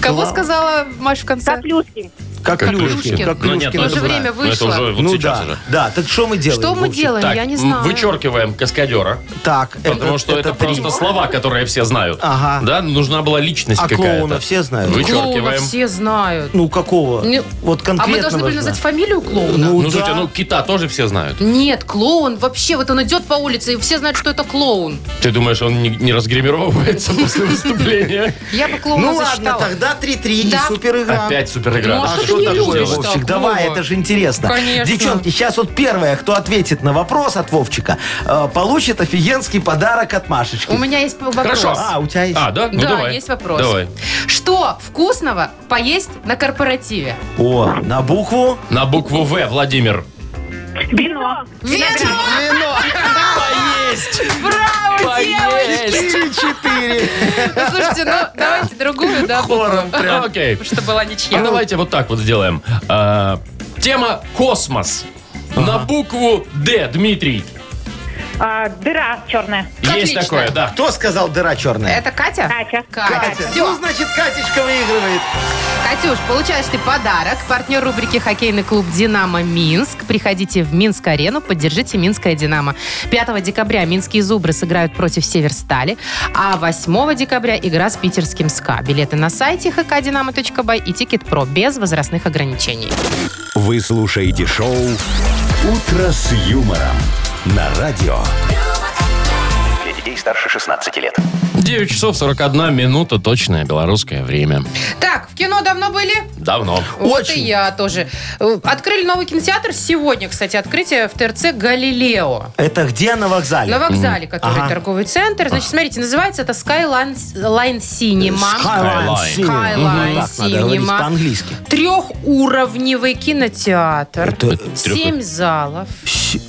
[SPEAKER 3] Кого сказала Маша в конце?
[SPEAKER 8] Каплюшкин.
[SPEAKER 4] Как
[SPEAKER 2] Как
[SPEAKER 4] Люшкин.
[SPEAKER 3] Люшкин.
[SPEAKER 4] Как
[SPEAKER 2] Ну, нет, ну,
[SPEAKER 3] Уже
[SPEAKER 4] Люшкин.
[SPEAKER 2] это
[SPEAKER 4] называют.
[SPEAKER 3] время
[SPEAKER 2] Ну, это
[SPEAKER 3] вышло.
[SPEAKER 2] уже вот
[SPEAKER 4] ну
[SPEAKER 2] сейчас
[SPEAKER 4] да,
[SPEAKER 2] уже.
[SPEAKER 4] да. Так что мы делаем?
[SPEAKER 3] Что мы
[SPEAKER 4] Вовчик?
[SPEAKER 3] делаем?
[SPEAKER 2] Так,
[SPEAKER 3] Я не
[SPEAKER 2] м,
[SPEAKER 3] знаю.
[SPEAKER 2] вычеркиваем каскадера,
[SPEAKER 4] Так,
[SPEAKER 2] потому что это,
[SPEAKER 4] три.
[SPEAKER 2] просто слова, которые все знают.
[SPEAKER 4] Ага.
[SPEAKER 2] Да, нужна была личность
[SPEAKER 4] А
[SPEAKER 2] какая-то.
[SPEAKER 4] клоуна все знают?
[SPEAKER 2] Вы-
[SPEAKER 3] Клоуна
[SPEAKER 2] вычеркиваем.
[SPEAKER 3] все знают.
[SPEAKER 4] Ну, какого?
[SPEAKER 3] Не-
[SPEAKER 4] Вот
[SPEAKER 3] А
[SPEAKER 4] конкретного.
[SPEAKER 3] мы должны были
[SPEAKER 4] знаю.
[SPEAKER 3] назвать фамилию клоуна?
[SPEAKER 4] Ну,
[SPEAKER 2] Ну,
[SPEAKER 4] да.
[SPEAKER 2] слушайте, ну кита тоже все знают.
[SPEAKER 3] Нет, клоун вообще, вот он идет по улице, и все знают, что это клоун.
[SPEAKER 2] Ты думаешь, он не, не разгримировывается (laughs) после выступления?
[SPEAKER 3] Я бы клоуна
[SPEAKER 4] Ну, ладно,
[SPEAKER 3] засчитала.
[SPEAKER 4] тогда 3-3
[SPEAKER 3] Да.
[SPEAKER 4] и супер игра.
[SPEAKER 2] Опять суперигра.
[SPEAKER 3] Ну, а
[SPEAKER 2] Да,
[SPEAKER 3] что
[SPEAKER 2] что
[SPEAKER 3] ты не
[SPEAKER 2] там
[SPEAKER 3] любишь
[SPEAKER 2] делать?
[SPEAKER 3] так,
[SPEAKER 4] Вовчик, давай,
[SPEAKER 3] Вова?
[SPEAKER 4] это же интересно.
[SPEAKER 3] Конечно.
[SPEAKER 4] Девчонки, сейчас вот первая, кто ответит на вопрос от Вовчика, э, получит офигенский подарок от Машечки.
[SPEAKER 3] У меня есть вопрос.
[SPEAKER 2] Хорошо.
[SPEAKER 4] А, у тебя есть?
[SPEAKER 2] А, да? Ну,
[SPEAKER 3] да,
[SPEAKER 2] давай.
[SPEAKER 3] есть вопрос.
[SPEAKER 2] Давай.
[SPEAKER 3] Что вкусного поесть на корпоративе?
[SPEAKER 4] О, на букву?
[SPEAKER 2] На букву В, Владимир.
[SPEAKER 8] Бино.
[SPEAKER 4] Вино.
[SPEAKER 2] Поесть!
[SPEAKER 3] Браво, девочки!
[SPEAKER 4] 4-4.
[SPEAKER 3] Ну, (laughs) Слушайте, ну давайте другую, да,
[SPEAKER 4] Хором ну.
[SPEAKER 3] букву,
[SPEAKER 4] прям.
[SPEAKER 2] Окей.
[SPEAKER 3] чтобы была
[SPEAKER 2] А
[SPEAKER 3] ничья.
[SPEAKER 2] давайте вот так вот сделаем. А, Тема «Космос». На букву «Д», Дмитрий.
[SPEAKER 8] А, дыра черная.
[SPEAKER 2] Есть
[SPEAKER 3] Отлично.
[SPEAKER 2] такое, да.
[SPEAKER 4] Кто сказал дыра черная?
[SPEAKER 3] Это Катя?
[SPEAKER 8] Катя.
[SPEAKER 3] Катя. Все.
[SPEAKER 4] Ну, значит, Катечка выигрывает.
[SPEAKER 3] Катюш, получаешь ты подарок. Партнер рубрики «Хоккейный клуб «Динамо Минск». Приходите в Минск-арену, поддержите «Минское Динамо». 5 декабря «Минские зубры» сыграют против «Северстали», а 8 декабря игра с питерским «СКА». Билеты на сайте hkdinamo.by и «Тикет Про» без возрастных ограничений.
[SPEAKER 1] Вы слушаете шоу «Утро с юмором» на радио.
[SPEAKER 5] Для детей старше 16 лет.
[SPEAKER 2] 9 часов 41 минута, точное белорусское время.
[SPEAKER 3] Так, в кино давно были?
[SPEAKER 2] Давно.
[SPEAKER 3] Вот и
[SPEAKER 4] Очень.
[SPEAKER 3] я тоже. Э, Открыли новый кинотеатр сегодня, кстати, открытие в ТРЦ «Галилео».
[SPEAKER 4] Это где на вокзале?
[SPEAKER 3] На вокзале, который
[SPEAKER 4] Ага.
[SPEAKER 3] торговый центр. Значит, смотрите, называется это Skyline Line Cinema.
[SPEAKER 4] Skyline.
[SPEAKER 2] Skyline.
[SPEAKER 4] Cinema.
[SPEAKER 3] Skyline
[SPEAKER 4] Мгм. Так надо говорить
[SPEAKER 3] Cinema.
[SPEAKER 4] по-английски.
[SPEAKER 3] Трехуровневый кинотеатр.
[SPEAKER 4] Это-
[SPEAKER 3] Семь залов.
[SPEAKER 4] Щ-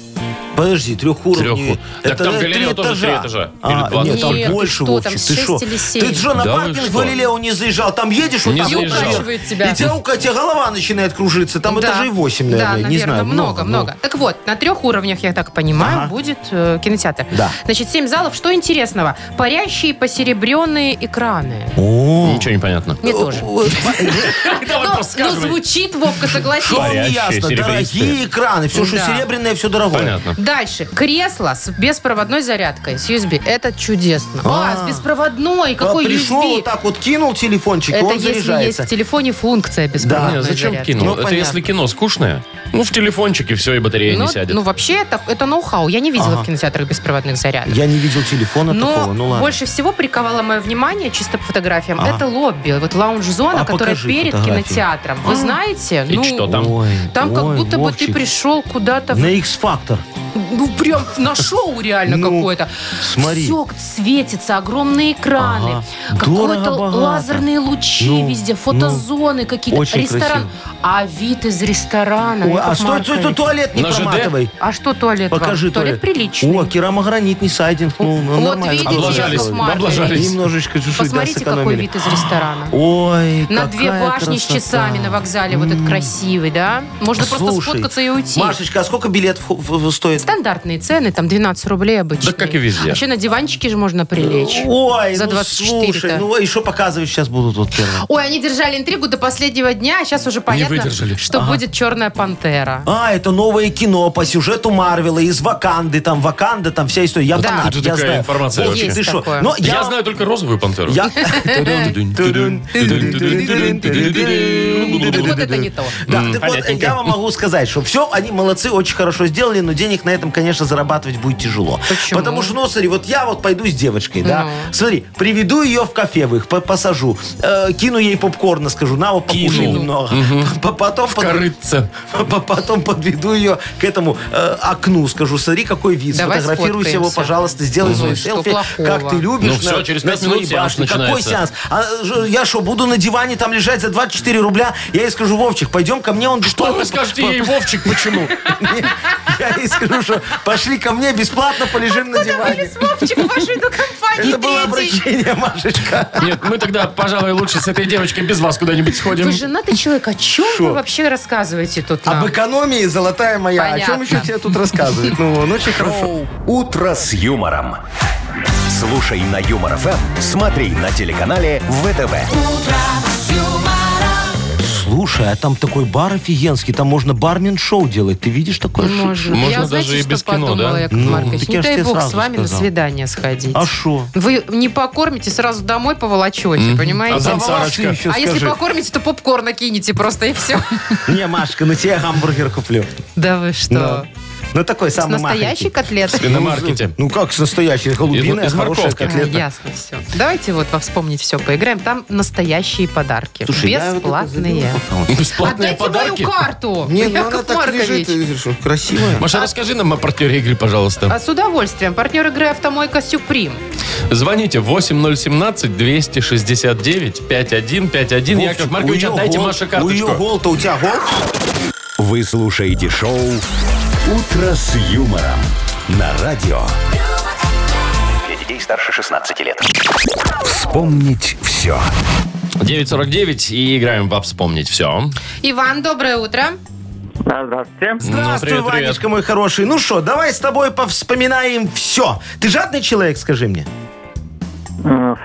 [SPEAKER 4] Подожди, трехуровневый.
[SPEAKER 2] Треху- Так там галерея тоже три этажа. Или
[SPEAKER 4] А,
[SPEAKER 2] два?
[SPEAKER 4] нет, там
[SPEAKER 3] Нет, ты
[SPEAKER 4] больше,
[SPEAKER 3] что,
[SPEAKER 4] Вовчик,
[SPEAKER 3] там
[SPEAKER 4] ты
[SPEAKER 3] шесть
[SPEAKER 4] что?
[SPEAKER 3] или семь.
[SPEAKER 4] Ты что, на
[SPEAKER 2] Да вы
[SPEAKER 4] паркинг
[SPEAKER 2] что?
[SPEAKER 4] в Галилео не заезжал? Там едешь, вот
[SPEAKER 2] Не
[SPEAKER 4] там вот
[SPEAKER 2] заезжал.
[SPEAKER 4] наверх,
[SPEAKER 3] тебя.
[SPEAKER 4] И тебя, у тебя голова начинает кружиться. Там
[SPEAKER 3] Да.
[SPEAKER 4] этажей
[SPEAKER 3] Да,
[SPEAKER 4] 8, наверное.
[SPEAKER 3] наверное,
[SPEAKER 4] не знаю.
[SPEAKER 3] много, много, Так вот, на трех уровнях, я так понимаю,
[SPEAKER 4] Ага.
[SPEAKER 3] будет э, кинотеатр.
[SPEAKER 4] Да.
[SPEAKER 3] Значит, семь залов. Что интересного? Парящие посеребренные экраны.
[SPEAKER 4] О.
[SPEAKER 2] Ничего не понятно.
[SPEAKER 3] Мне тоже.
[SPEAKER 2] Давай
[SPEAKER 3] Но- но
[SPEAKER 2] рассказывай.
[SPEAKER 3] звучит, Вовка, согласись.
[SPEAKER 4] Что
[SPEAKER 2] Парящие,
[SPEAKER 4] не ясно?
[SPEAKER 2] серебристые.
[SPEAKER 4] Дорогие экраны. Все, что
[SPEAKER 3] Да.
[SPEAKER 4] серебряное, все дорогое.
[SPEAKER 2] Понятно.
[SPEAKER 3] Дальше. Кресло с беспроводной зарядкой, с USB. Это чудесно. А,
[SPEAKER 4] А.
[SPEAKER 3] с беспроводной.
[SPEAKER 4] А
[SPEAKER 3] Какой
[SPEAKER 4] пришел
[SPEAKER 3] USB?
[SPEAKER 4] вот так вот, кинул телефончик, и
[SPEAKER 3] Это
[SPEAKER 4] он
[SPEAKER 3] если есть
[SPEAKER 4] заряжается.
[SPEAKER 3] в телефоне функция беспроводной
[SPEAKER 2] Не, зачем
[SPEAKER 3] зарядки.
[SPEAKER 2] кино?
[SPEAKER 4] Ну,
[SPEAKER 2] это
[SPEAKER 4] понятно.
[SPEAKER 2] если кино скучное, Ну, в телефончике все, и батарея
[SPEAKER 3] ну,
[SPEAKER 2] не сядет.
[SPEAKER 3] ну, вообще, это, это ноу-хау. Я не видела в кинотеатрах беспроводных зарядок.
[SPEAKER 4] Я не видел телефона
[SPEAKER 3] Но
[SPEAKER 4] такого, ну ладно.
[SPEAKER 3] больше всего приковало мое внимание чисто по фотографиям. Это лобби, вот лаунж-зона,
[SPEAKER 4] А
[SPEAKER 3] которая
[SPEAKER 4] покажи
[SPEAKER 3] перед
[SPEAKER 4] фотографии.
[SPEAKER 3] кинотеатром. Вы знаете? ну,
[SPEAKER 2] И что там?
[SPEAKER 4] Ой,
[SPEAKER 3] Там как
[SPEAKER 4] ой,
[SPEAKER 3] будто бы ты
[SPEAKER 4] Вовчик.
[SPEAKER 3] пришел куда-то, в-
[SPEAKER 4] На X-фактор.
[SPEAKER 3] ну прям на шоу реально
[SPEAKER 4] Ну,
[SPEAKER 3] какое-то.
[SPEAKER 4] смотри.
[SPEAKER 3] Все светится, огромные экраны,
[SPEAKER 4] Ага.
[SPEAKER 3] какой-то
[SPEAKER 4] Дорого-богато.
[SPEAKER 3] лазерные лучи
[SPEAKER 4] Ну,
[SPEAKER 3] везде, фотозоны какие-то,
[SPEAKER 4] очень
[SPEAKER 3] ресторан.
[SPEAKER 4] красиво.
[SPEAKER 3] А вид из ресторана.
[SPEAKER 4] Ой,
[SPEAKER 3] Яков
[SPEAKER 4] а стой, стой, стой,
[SPEAKER 3] Маркович.
[SPEAKER 4] туалет не
[SPEAKER 2] На ЖД?
[SPEAKER 4] проматывай.
[SPEAKER 3] А что туалет вам?
[SPEAKER 4] Покажи
[SPEAKER 3] Туалет
[SPEAKER 4] туалет.
[SPEAKER 3] приличный.
[SPEAKER 4] О, керамогранит, не сайдинг. Ну, ну,
[SPEAKER 3] Вот
[SPEAKER 4] нормально.
[SPEAKER 3] видите,
[SPEAKER 2] Облажались,
[SPEAKER 3] Яков Маркович.
[SPEAKER 2] облажались.
[SPEAKER 4] Немножечко чуть-чуть да,
[SPEAKER 3] Посмотрите, какой
[SPEAKER 4] сэкономили.
[SPEAKER 3] вид из ресторана.
[SPEAKER 4] Ой,
[SPEAKER 3] На две
[SPEAKER 4] какая
[SPEAKER 3] башни с
[SPEAKER 4] красота.
[SPEAKER 3] часами на вокзале, вот этот красивый, да? Можно просто
[SPEAKER 4] Слушай,
[SPEAKER 3] сфоткаться и уйти.
[SPEAKER 4] Машечка, а сколько билет в- в- в- стоит?
[SPEAKER 3] Стандартные цены, там 12 рублей обычно.
[SPEAKER 2] Да как и везде.
[SPEAKER 3] Вообще на диванчике же можно прилечь.
[SPEAKER 4] Ой,
[SPEAKER 3] За
[SPEAKER 4] ну
[SPEAKER 3] 24
[SPEAKER 4] слушай, ну и что показывать сейчас будут вот первым?
[SPEAKER 3] Ой, они держали интригу до последнего дня, а сейчас уже понятно,
[SPEAKER 2] выдержали.
[SPEAKER 3] что будет «Черная пантера».
[SPEAKER 4] А, это новое кино по сюжету Марвела из Ваканды, там Ваканда, там вся история. Я
[SPEAKER 3] Да.
[SPEAKER 4] фанат,
[SPEAKER 2] Откуда
[SPEAKER 4] я
[SPEAKER 2] такая
[SPEAKER 4] знаю.
[SPEAKER 2] информация
[SPEAKER 4] Вовчик,
[SPEAKER 3] вообще?
[SPEAKER 4] ты
[SPEAKER 3] Есть
[SPEAKER 4] шо?
[SPEAKER 3] такое.
[SPEAKER 4] Но
[SPEAKER 2] Я,
[SPEAKER 4] я,
[SPEAKER 2] знаю только розовую пантеру.
[SPEAKER 4] я-
[SPEAKER 3] (laughs) Так вот это не то.
[SPEAKER 4] Да,
[SPEAKER 2] М,
[SPEAKER 4] так вот, э,
[SPEAKER 2] понятненько.
[SPEAKER 4] я вам могу сказать, что все, они молодцы, очень хорошо сделали, но денег на этом, конечно, зарабатывать будет тяжело.
[SPEAKER 3] Почему?
[SPEAKER 4] Потому что, ну, смотри, вот я вот пойду с девочкой, да,
[SPEAKER 3] Ну.
[SPEAKER 4] смотри, приведу ее в кафе в их, по- посажу, э, кину ей попкорна, скажу, на вот покушай
[SPEAKER 2] Кину.
[SPEAKER 4] немного. П- Потом под-
[SPEAKER 2] Корыться.
[SPEAKER 4] П- Потом подведу ее к этому э, окну, скажу, смотри, какой вид,
[SPEAKER 3] Давай
[SPEAKER 4] сфотографируйся его,
[SPEAKER 3] сфоткаемся.
[SPEAKER 4] пожалуйста, сделай
[SPEAKER 3] Ну,
[SPEAKER 4] свой
[SPEAKER 3] что
[SPEAKER 4] селфи,
[SPEAKER 3] плохого?
[SPEAKER 4] как ты любишь.
[SPEAKER 2] Ну всё, через пять
[SPEAKER 4] своей
[SPEAKER 2] минут сеанс
[SPEAKER 4] башне. Какой
[SPEAKER 2] начинается.
[SPEAKER 4] сеанс? А, ж- я что, буду на диване там лежать за 24 рубля? Я ей скажу, Вовчик, пойдем ко мне, он
[SPEAKER 2] Что
[SPEAKER 4] бесплатно...
[SPEAKER 2] вы скажете
[SPEAKER 4] (laughs)
[SPEAKER 2] ей, Вовчик, почему?
[SPEAKER 4] Я ей скажу, что пошли ко мне, бесплатно полежим на диване.
[SPEAKER 3] Вовчик, в вашу эту компанию
[SPEAKER 4] Это было
[SPEAKER 3] третий.
[SPEAKER 4] обращение, Машечка.
[SPEAKER 2] Нет, мы тогда, пожалуй, лучше с этой девочкой без вас куда-нибудь сходим.
[SPEAKER 3] Вы женатый человек, о чем вы
[SPEAKER 4] Шо?
[SPEAKER 3] вообще рассказываете тут
[SPEAKER 2] А
[SPEAKER 3] нам?
[SPEAKER 4] Об экономии золотая моя. О чем
[SPEAKER 3] Понятно.
[SPEAKER 4] еще тебе тут рассказывают? Ну, он очень хорошо.
[SPEAKER 1] «Утро с юмором». Слушай на Юмор ФМ, смотри на телеканале ВТВ.
[SPEAKER 4] Слушай, а там такой бар офигенский, там можно бармен-шоу делать. Ты видишь такое? шо-
[SPEAKER 3] Можно.
[SPEAKER 2] Можно
[SPEAKER 3] Я, знаете,
[SPEAKER 2] даже и
[SPEAKER 3] что
[SPEAKER 2] без кино,
[SPEAKER 3] подумала,
[SPEAKER 2] да?
[SPEAKER 3] Яков
[SPEAKER 4] Ну,
[SPEAKER 3] Маркович?
[SPEAKER 4] так
[SPEAKER 3] Не
[SPEAKER 4] я ж
[SPEAKER 3] дай
[SPEAKER 4] тебе
[SPEAKER 3] бог
[SPEAKER 4] сразу
[SPEAKER 3] с вами на
[SPEAKER 4] сказал.
[SPEAKER 3] свидание сходить.
[SPEAKER 4] А шо?
[SPEAKER 3] Вы не покормите, сразу домой поволочете,
[SPEAKER 2] А
[SPEAKER 3] понимаете?
[SPEAKER 2] там
[SPEAKER 4] волосы
[SPEAKER 2] Сарочка.
[SPEAKER 4] еще
[SPEAKER 3] А если
[SPEAKER 4] скажи.
[SPEAKER 3] покормите, то попкорн накинете просто и все.
[SPEAKER 4] Не, Машка, на тебе гамбургер куплю.
[SPEAKER 3] Да вы что?
[SPEAKER 4] Ну такой
[SPEAKER 3] С
[SPEAKER 4] самый
[SPEAKER 3] настоящей
[SPEAKER 4] махонький.
[SPEAKER 3] котлеты?
[SPEAKER 2] На маркете.
[SPEAKER 4] Ну как с настоящей? Голубиная,
[SPEAKER 2] Из- из
[SPEAKER 4] хорошая
[SPEAKER 2] морковки.
[SPEAKER 3] А,
[SPEAKER 4] котлета.
[SPEAKER 3] ясно все. Давайте вот во вспомнить все поиграем. Там настоящие подарки.
[SPEAKER 4] Слушай, я вот это
[SPEAKER 3] Бесплатные.
[SPEAKER 4] забил, пока он-
[SPEAKER 2] Бесплатные
[SPEAKER 3] Отдайте
[SPEAKER 2] подарки.
[SPEAKER 3] мою карту,
[SPEAKER 4] Не, ну
[SPEAKER 3] Яков
[SPEAKER 4] она так
[SPEAKER 3] Маркович.
[SPEAKER 4] лежит, и что, красивая.
[SPEAKER 2] Маша, расскажи нам о партнере игры, пожалуйста.
[SPEAKER 3] А с удовольствием. Партнер игры «Автомойка Сюприм».
[SPEAKER 4] А-
[SPEAKER 2] Звоните 8017-269-5151. Яков
[SPEAKER 4] Вовчик,
[SPEAKER 2] Маркович,
[SPEAKER 4] у её
[SPEAKER 2] отдайте
[SPEAKER 4] гол-
[SPEAKER 2] Маше
[SPEAKER 4] У ее
[SPEAKER 2] карточку. Ну,
[SPEAKER 4] гол-то у тебя гол?
[SPEAKER 1] Вы слушаете шоу «Утро с юмором» на радио.
[SPEAKER 5] Для детей старше 16 лет.
[SPEAKER 1] Вспомнить все.
[SPEAKER 2] 9.49 и играем во «Вспомнить Ну, все».
[SPEAKER 3] Иван, доброе утро.
[SPEAKER 6] Да, здравствуйте.
[SPEAKER 4] Здравствуй,
[SPEAKER 2] привет, привет.
[SPEAKER 4] Ванечка, мой хороший. Ну что, давай с тобой повспоминаем все. Ты жадный человек, скажи мне?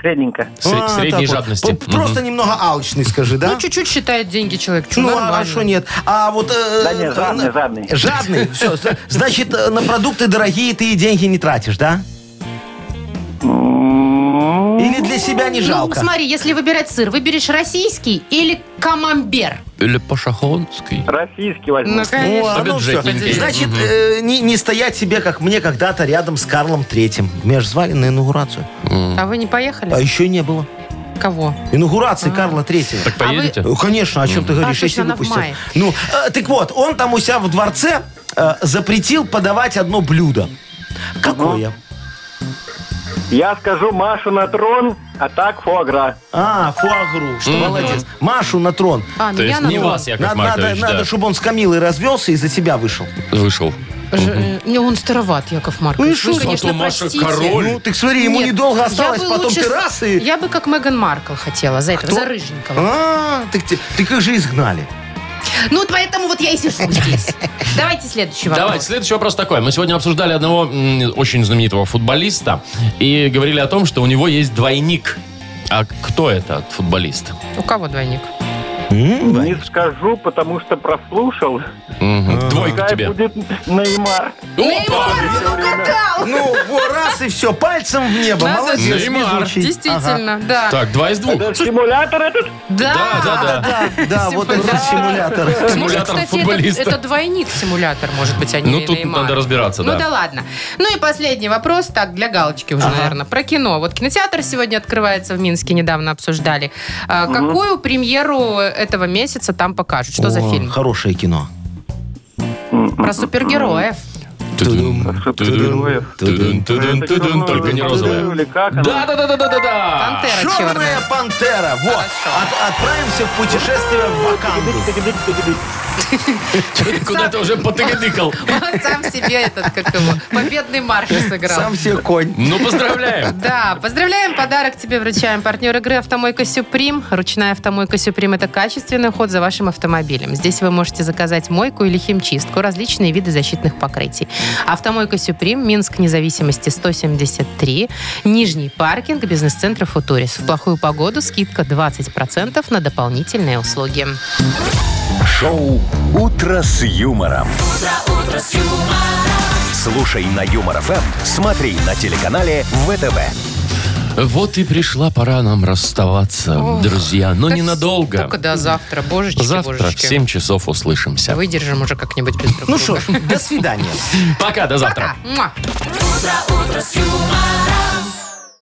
[SPEAKER 6] средненько.
[SPEAKER 4] А,
[SPEAKER 2] Сре- Средней
[SPEAKER 4] так вот.
[SPEAKER 2] жадности.
[SPEAKER 4] П- Просто
[SPEAKER 2] Мгм.
[SPEAKER 4] немного алчный, скажи, да?
[SPEAKER 3] Ну, чуть-чуть считает деньги человек. Чё,
[SPEAKER 4] Ну,
[SPEAKER 3] нормально.
[SPEAKER 4] а что нет? А вот... э,
[SPEAKER 6] Да нет, жадный,
[SPEAKER 4] э,
[SPEAKER 6] жадный. (laughs)
[SPEAKER 4] Жадный, все. Значит, э, на продукты дорогие ты и деньги не тратишь, да? Или для себя не
[SPEAKER 3] Ну,
[SPEAKER 4] жалко?
[SPEAKER 3] смотри, если выбирать сыр, выберешь российский или камамбер?
[SPEAKER 2] Или
[SPEAKER 4] А
[SPEAKER 2] по-шахонски.
[SPEAKER 6] Российский возьму.
[SPEAKER 4] О,
[SPEAKER 2] Чтобы
[SPEAKER 4] ну всё.
[SPEAKER 2] бюджетненький.
[SPEAKER 4] Значит, э, не, не стоять себе, как мне когда-то рядом с Карлом Третьим. Меня же звали на инаугурацию.
[SPEAKER 3] А вы не
[SPEAKER 4] А
[SPEAKER 3] поехали?
[SPEAKER 4] еще не было.
[SPEAKER 3] Кого?
[SPEAKER 4] Инаугурации Карла Третьего.
[SPEAKER 2] Так поедете?
[SPEAKER 4] Ну, Конечно, о чем ты говоришь,
[SPEAKER 3] точно,
[SPEAKER 4] если
[SPEAKER 3] А. она в
[SPEAKER 4] выпустил.
[SPEAKER 3] мае.
[SPEAKER 4] Ну, э, так вот, он там у себя в дворце э, запретил подавать одно блюдо. Какое?
[SPEAKER 6] Я скажу Машу на трон, а так фуагра.
[SPEAKER 4] А, фуагру, что
[SPEAKER 2] Мгм.
[SPEAKER 4] молодец. Машу на трон.
[SPEAKER 3] А,
[SPEAKER 2] То есть
[SPEAKER 3] на
[SPEAKER 2] не
[SPEAKER 3] трон.
[SPEAKER 2] вас, Яков
[SPEAKER 4] Надо,
[SPEAKER 2] Маркович,
[SPEAKER 4] надо- надо,
[SPEAKER 2] да.
[SPEAKER 4] чтобы он с Камилой развелся и за тебя вышел.
[SPEAKER 2] Вышел.
[SPEAKER 3] Ж- э, Не, он староват, Яков
[SPEAKER 4] Ну и
[SPEAKER 3] Маркович.
[SPEAKER 4] шо?
[SPEAKER 3] Вы, конечно,
[SPEAKER 2] Зато Маша
[SPEAKER 3] простите.
[SPEAKER 2] король.
[SPEAKER 4] Ну, так смотри, ему
[SPEAKER 3] Нет,
[SPEAKER 4] недолго
[SPEAKER 3] я
[SPEAKER 4] осталось,
[SPEAKER 3] бы
[SPEAKER 4] потом
[SPEAKER 3] лучше
[SPEAKER 4] ты
[SPEAKER 3] с-
[SPEAKER 4] раз и...
[SPEAKER 3] Я бы как Меган Маркл хотела за этого,
[SPEAKER 4] Кто?
[SPEAKER 3] за Рыженького.
[SPEAKER 4] А, так ты, ты как же изгнали.
[SPEAKER 3] Ну, поэтому вот я и сижу здесь. Давайте следующий вопрос.
[SPEAKER 2] Давайте, следующий вопрос такой. Мы сегодня обсуждали одного м, очень знаменитого футболиста и говорили о том, что у него есть двойник. А кто этот футболист?
[SPEAKER 3] У кого двойник?
[SPEAKER 6] Не скажу, потому что прослушал.
[SPEAKER 2] Мгм. Двойка
[SPEAKER 6] Пускай
[SPEAKER 2] тебе.
[SPEAKER 6] будет Неймар.
[SPEAKER 2] Опа!
[SPEAKER 4] Ну, во, раз и все, пальцем в небо.
[SPEAKER 3] Надо
[SPEAKER 4] Молодец,
[SPEAKER 3] же.
[SPEAKER 2] Неймар.
[SPEAKER 4] везучий. Ага.
[SPEAKER 3] Действительно, да.
[SPEAKER 2] Так, два из двух.
[SPEAKER 7] Симулятор этот?
[SPEAKER 3] Да,
[SPEAKER 2] да,
[SPEAKER 4] Да, да, вот этот симулятор.
[SPEAKER 2] Симулятор
[SPEAKER 3] Может, кстати,
[SPEAKER 2] футболиста.
[SPEAKER 3] Это, это двойник симулятор, может быть, они
[SPEAKER 2] Ну, тут надо разбираться,
[SPEAKER 3] ну,
[SPEAKER 2] да.
[SPEAKER 3] да ладно. Ну и последний вопрос, так, для галочки уже, наверное, про кино. Вот кинотеатр сегодня открывается в Минске, недавно обсуждали. А, Какую премьеру этого месяца там покажут? Что за
[SPEAKER 4] О,
[SPEAKER 3] фильм?
[SPEAKER 4] Хорошее кино.
[SPEAKER 3] Про супергероев.
[SPEAKER 2] Тудум, тудум, тудум, тудум,
[SPEAKER 7] Ну, Это
[SPEAKER 2] тудум,
[SPEAKER 7] черное
[SPEAKER 2] только не
[SPEAKER 7] золотое
[SPEAKER 2] розовая.
[SPEAKER 7] или как оно?
[SPEAKER 2] Да, да, да, да, да, да, да.
[SPEAKER 3] Пантера черная.
[SPEAKER 4] Черная пантера. Вот. От- отправимся в путешествие в Ваканду.
[SPEAKER 2] Куда-то уже потыкадыкал.
[SPEAKER 3] Он (laughs) сам себе этот, как его, победный марш сыграл.
[SPEAKER 4] Сам себе конь.
[SPEAKER 2] Ну, поздравляем.
[SPEAKER 3] Да, поздравляем, подарок тебе вручаем. Партнер игры «Автомойка Сюприм». Ручная «Автомойка Сюприм» — это качественный уход за вашим автомобилем. Здесь вы можете заказать мойку или химчистку, различные виды защитных покрытий. «Автомойка Сюприм», Минск, независимости 173, Нижний паркинг, бизнес-центр «Футурис». В плохую погоду скидка 20% на дополнительные услуги.
[SPEAKER 1] Шоу «Утро с юмором». Слушай на Юмор ФМ, смотри на телеканале ВТВ.
[SPEAKER 2] Вот и пришла пора нам расставаться, друзья, но
[SPEAKER 3] Как
[SPEAKER 2] Ну, ненадолго.
[SPEAKER 3] Только до завтра, божечки,
[SPEAKER 2] Завтра в
[SPEAKER 3] божечки.
[SPEAKER 2] 7 часов услышимся.
[SPEAKER 3] Выдержим уже как-нибудь без друг
[SPEAKER 4] Ну
[SPEAKER 3] друга.
[SPEAKER 4] что ж, до свидания.
[SPEAKER 2] Пока, до завтра.
[SPEAKER 3] Муа.
[SPEAKER 9] Утро, утро с юмором.